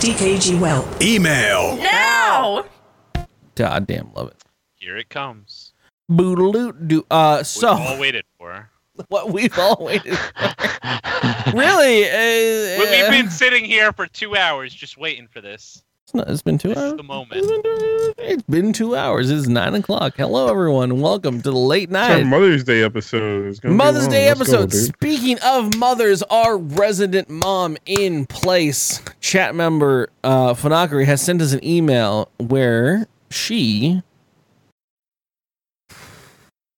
DKG Well. Email. Now! Goddamn love it. Here it comes. Boodaloot do uh so All waited for. <laughs> what we've all <laughs> waited for. really? Uh, We- We've uh, been sitting here for two hours just waiting for this. it's not- it's been two This is hours. the moment. It's been two hours. It's nine o'clock. Hello everyone. Welcome to the late It's our night. Mother's Day episode. It's gonna be Mother's long. Day Let's go, episode. dude. Speaking of mothers, our resident mom in place chat member uh, Funakari has sent us an email where she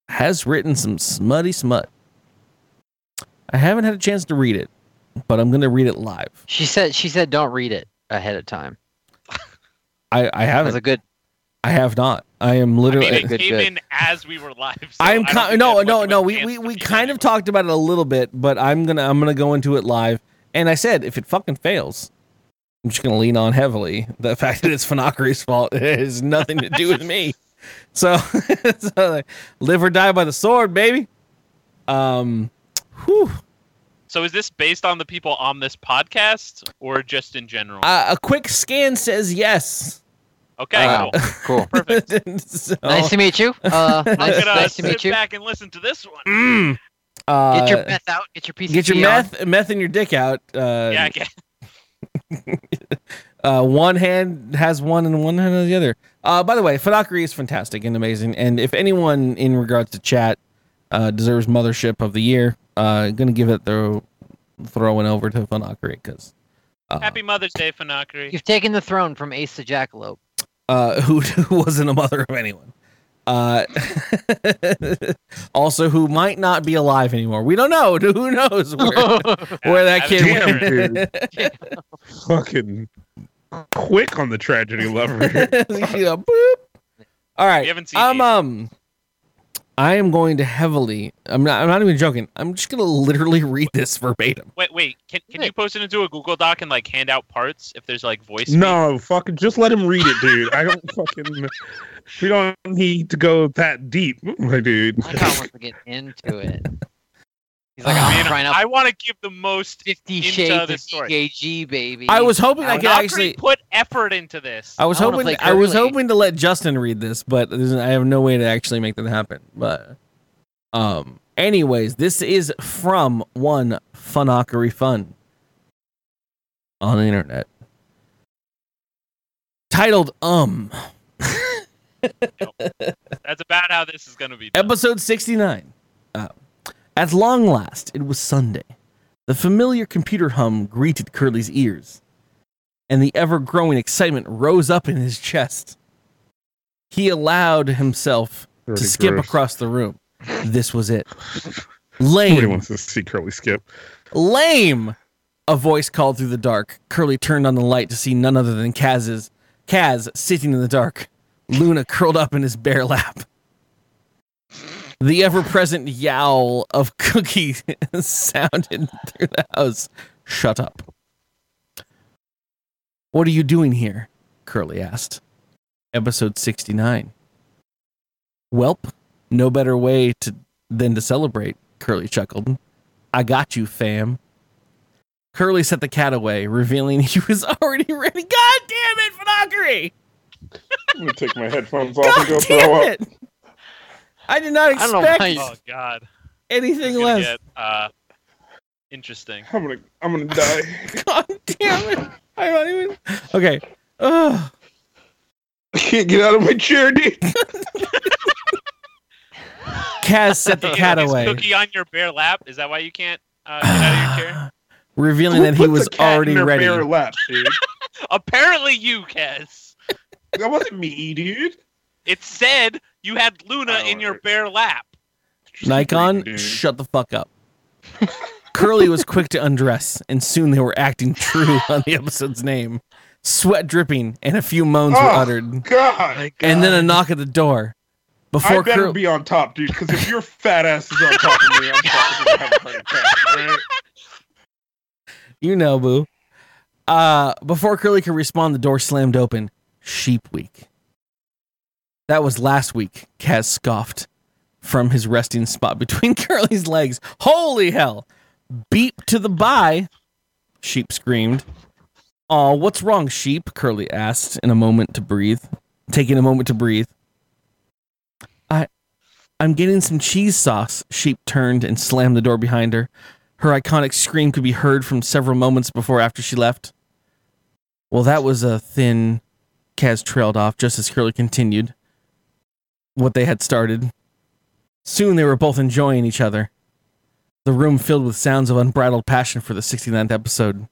has written some smutty smut. I haven't had a chance to read it, but I'm going to read it live. She said she said don't read it ahead of time. I, I That was haven't. a good I have not. I am I literally. mean, it Good, came good. in as we were live. so I'm I don't con- think no, that no, much no. of a We, chance we, to we be kind of done. talked about it a little bit, but I'm gonna I'm gonna go into it live. And I said if it fucking fails, I'm just gonna lean on heavily the <laughs> fact that it's Fanakari's fault. <laughs> It has nothing to do with me. So, <laughs> so like, live or die by the sword, baby. Um, whew. So is this based on the people on this podcast or just in general? Uh, a quick scan says yes. okay, <laughs> wow. cool. Cool. Perfect. <laughs> So, Nice to meet you. <laughs> Uh, I'm nice, gonna nice to sit meet you. back and listen to this one. Mm. uh, Get your meth out. Get your piece get your meth meth in your dick out. Uh, yeah, I guess. Uh, one hand has one and one hand has the other. Uh, by the way, Fadakari is fantastic and amazing. And if anyone in regards to chat uh, deserves Mothership of the Year, uh, gonna give it the throwing over to Fadakari because Uh-huh. Happy Mother's Day, Fanakari. You've taken the throne from Ace to Jackalope. uh, <laughs> who, who wasn't a mother of anyone. Uh, <laughs> also, who might not be alive anymore. We don't know. <laughs> Who knows where, where that kid Yeah, went? Damn, <laughs> dude. Fucking quick on the tragedy <laughs> lover. You know, boop. All right. We haven't seen I'm these. um I am going to heavily I'm not I'm not even joking. I'm just gonna literally <laughs> read this verbatim. Wait, wait. Can, can you post it into a Google Doc and like hand out parts if there's like voice? no, fucking just let him read it, dude. I don't fucking. We don't need to go that deep, my dude. I kind <laughs> of want to get into it. He's like, speak? I'm Man, trying out I want to give the most. Fifty into Shades of the story. DKG, baby. I was hoping I Fanakari could actually Oh. put effort into this. I was I wanna hoping play I was Curly. hoping to let Justin read this, but there's- I have no way to actually make that happen. But um anyways, this is from one Funockery Fun on the internet. Titled Um That's about how this is gonna be. Done. Episode 69. Uh, at long last, it was Sunday. The familiar computer hum greeted Curly's ears, and the ever growing excitement rose up in his chest. He allowed himself to Pretty skip gross. across the <laughs> room. This was it. Nobody Lame, wants to see Curly skip. lame, a voice called through the dark. Curly turned on the light to see none other than Kaz's, Kaz sitting in the dark, Luna curled up in his bare lap. The ever present yowl of Cookie <laughs> sounded through the house. Shut up. What are you doing here? Curly asked. Episode 69. Welp, no better way to, than to celebrate, Curly chuckled. I got you, fam. Curly set the cat away, revealing <laughs> he was already ready. God damn it, Fanakery! I'm gonna take my headphones off and go God throw damn up. it! I did not I don't know expect why you- Oh God. This anything is gonna less. get, uh, interesting. I'm gonna, I'm gonna die. <laughs> <laughs> God damn it! I'm not even. Okay. Ugh. I can't get out of my chair, dude. Kaz set <laughs> the Is- cat is away, Cookie on your bare lap. Is that why you can't uh, get out of <sighs> your chair? <sighs> revealing that he Put the was cat in already her ready. bare lap, dude. Apparently, you, Kez. That wasn't me, dude. It said you had Luna Oh, in your right. bare lap. Nikon, shut the fuck up. Curly was quick to undress, and soon they were acting true <laughs> on the episode's name. Sweat dripping, and a few moans were Oh, uttered. God. And then a knock at the door. I Before better Curly, be on top, dude, because if your fat ass is on top of me, I'm fucking gonna have a heart attack, right? you know, boo. Uh, before Curly could respond, the door slammed open. Sheep week. That was last week. Kaz scoffed from his resting spot <laughs> between Curly's legs. Holy hell! Beep to the bye. Sheep screamed. Aw, what's wrong, sheep? Curly asked in a moment to breathe, taking a moment to breathe. I, I'm getting some cheese sauce. Sheep turned and slammed the door behind her. Her iconic scream could be heard from several moments before after she left. Well, that was a thin. Kaz trailed off just as Curly continued what they had started. Soon they were both enjoying each other. The room filled with sounds of unbridled passion for the 69th episode.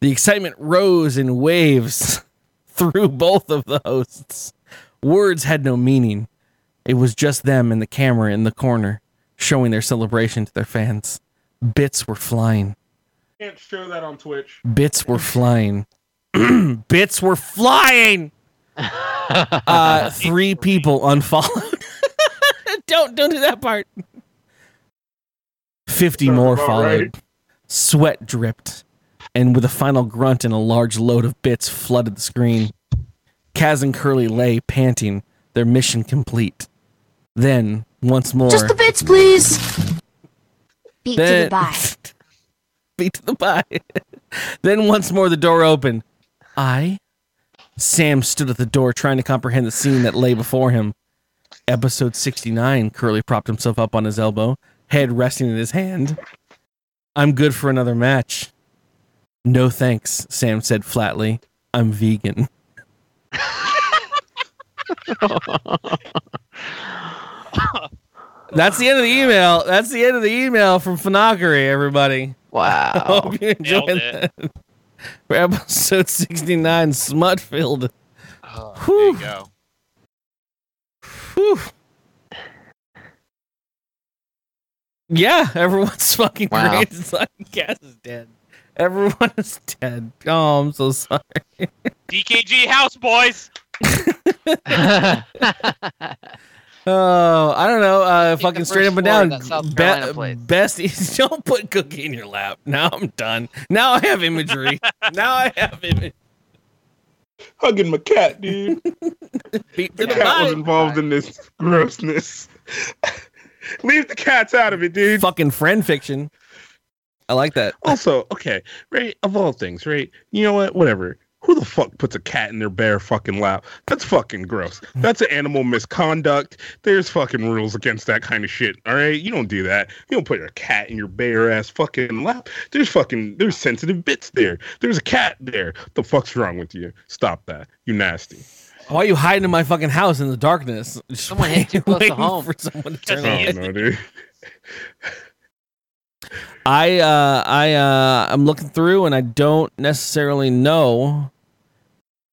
The excitement rose in waves <laughs> through both of the hosts. Words had no meaning. It was just them and the camera in the corner, showing their celebration to their fans. Bits were flying. Can't show that on Twitch. Bits were flying. <clears throat> Bits were <laughs> flying. Uh, three people unfollowed. <laughs> don't don't do that part. Fifty more about followed. right. Sweat dripped, and with a final grunt and a large load of bits flooded the screen. Kaz and Curly lay panting, their mission complete. Then once more, Just the bits, please. Beat to Then- the bye. <laughs> beat to the pie. <laughs> then once more the door opened. I Sam stood at the door trying to comprehend the scene that lay before him. Episode 69, Curly propped himself up on his elbow, head resting in his hand. I'm good for another match. No thanks, Sam said flatly. I'm vegan. That's the end of the email. That's the end of the email from Phonockery, everybody. Wow. I <laughs> Oh, <laughs> hope you enjoyed Nailed that. it. For episode 69, Smutfield. Oh, There you go. Whew. Yeah, everyone's <laughs> fucking Wow. great. It's like Cass is dead. Everyone is dead. Oh, I'm so sorry. DKG House Boys. Oh, I don't know. Uh, the fucking straight first up and down. floor that South Be- Carolina plays. best. e-, <laughs> Don't put cookie in your lap. Now I'm done. Now I have imagery. <laughs> now I have imagery. Hugging my <laughs> cat, dude. Beat the cat was involved in this grossness. <laughs> Leave the cats out of it, dude. Fucking friend fiction. I like that. Also, okay, right? Of all things, right? You know what? Whatever. Who the fuck puts a cat in their bare fucking lap? That's fucking gross. That's an animal misconduct. There's fucking rules against that kind of shit. All right, you don't do that. You don't put a cat in your bare ass fucking lap. There's fucking there's sensitive bits there. There's a cat there. the fuck's wrong with you? Stop that. You nasty. Why are you hiding in my fucking house in the darkness? Someone hit <laughs> you close to home. For someone to I turn don't on. <laughs> know, dude. I uh I uh I'm looking through and I don't necessarily know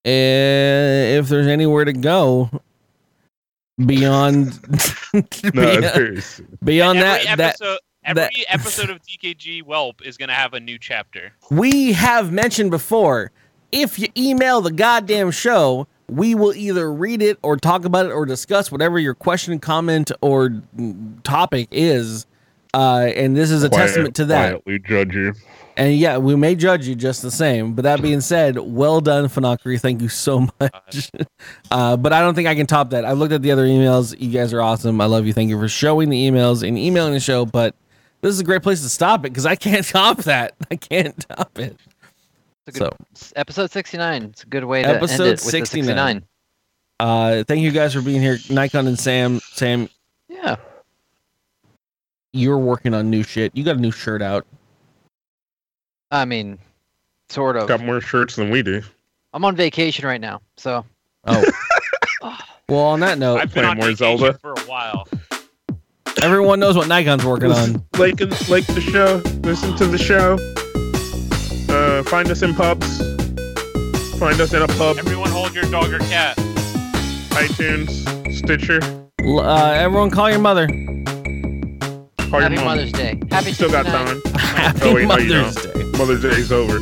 i- if there's anywhere to go beyond <laughs> beyond, there's- beyond that every that episode, that- every episode of DKG Whelp is gonna have a new chapter. we have mentioned before if you email the goddamn show we will either read it or talk about it or discuss whatever your question comment or mm, topic is uh, and this is a Quiet- testament to that Quietly judge you. and yeah we may judge you just the same but that being said well done Phonockery. thank you so <laughs> much uh, but i don't think i can top that i looked at the other emails you guys are awesome i love you thank you for showing the emails and emailing the show but this is a great place to stop it because i can't <laughs> top that i can't top it It's a good- s- episode 69. It's a good way to episode end it with 69. the 69. Uh, thank you guys for being here, Nikon and Sam. Sam, yeah, you're working on new shit. You got a new shirt out. I mean, sort of. Got more shirts than we do. I'm on vacation right now, so <laughs> Oh, well, on that note, I've been Playing on more vacation Zelda. for a while. Everyone knows what Nikon's working on. like like the show listen to the show uh, find us in pubs find us at a pub everyone hold your dog or cat itunes stitcher <laughs> L- Oh, Uh, everyone, call your mother. Call your Happy mom. Mother's Day. Happy Still got 69. time. Happy oh, wait, no, you Mother's don't. Mother's Day's over.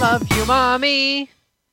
Love you, mommy.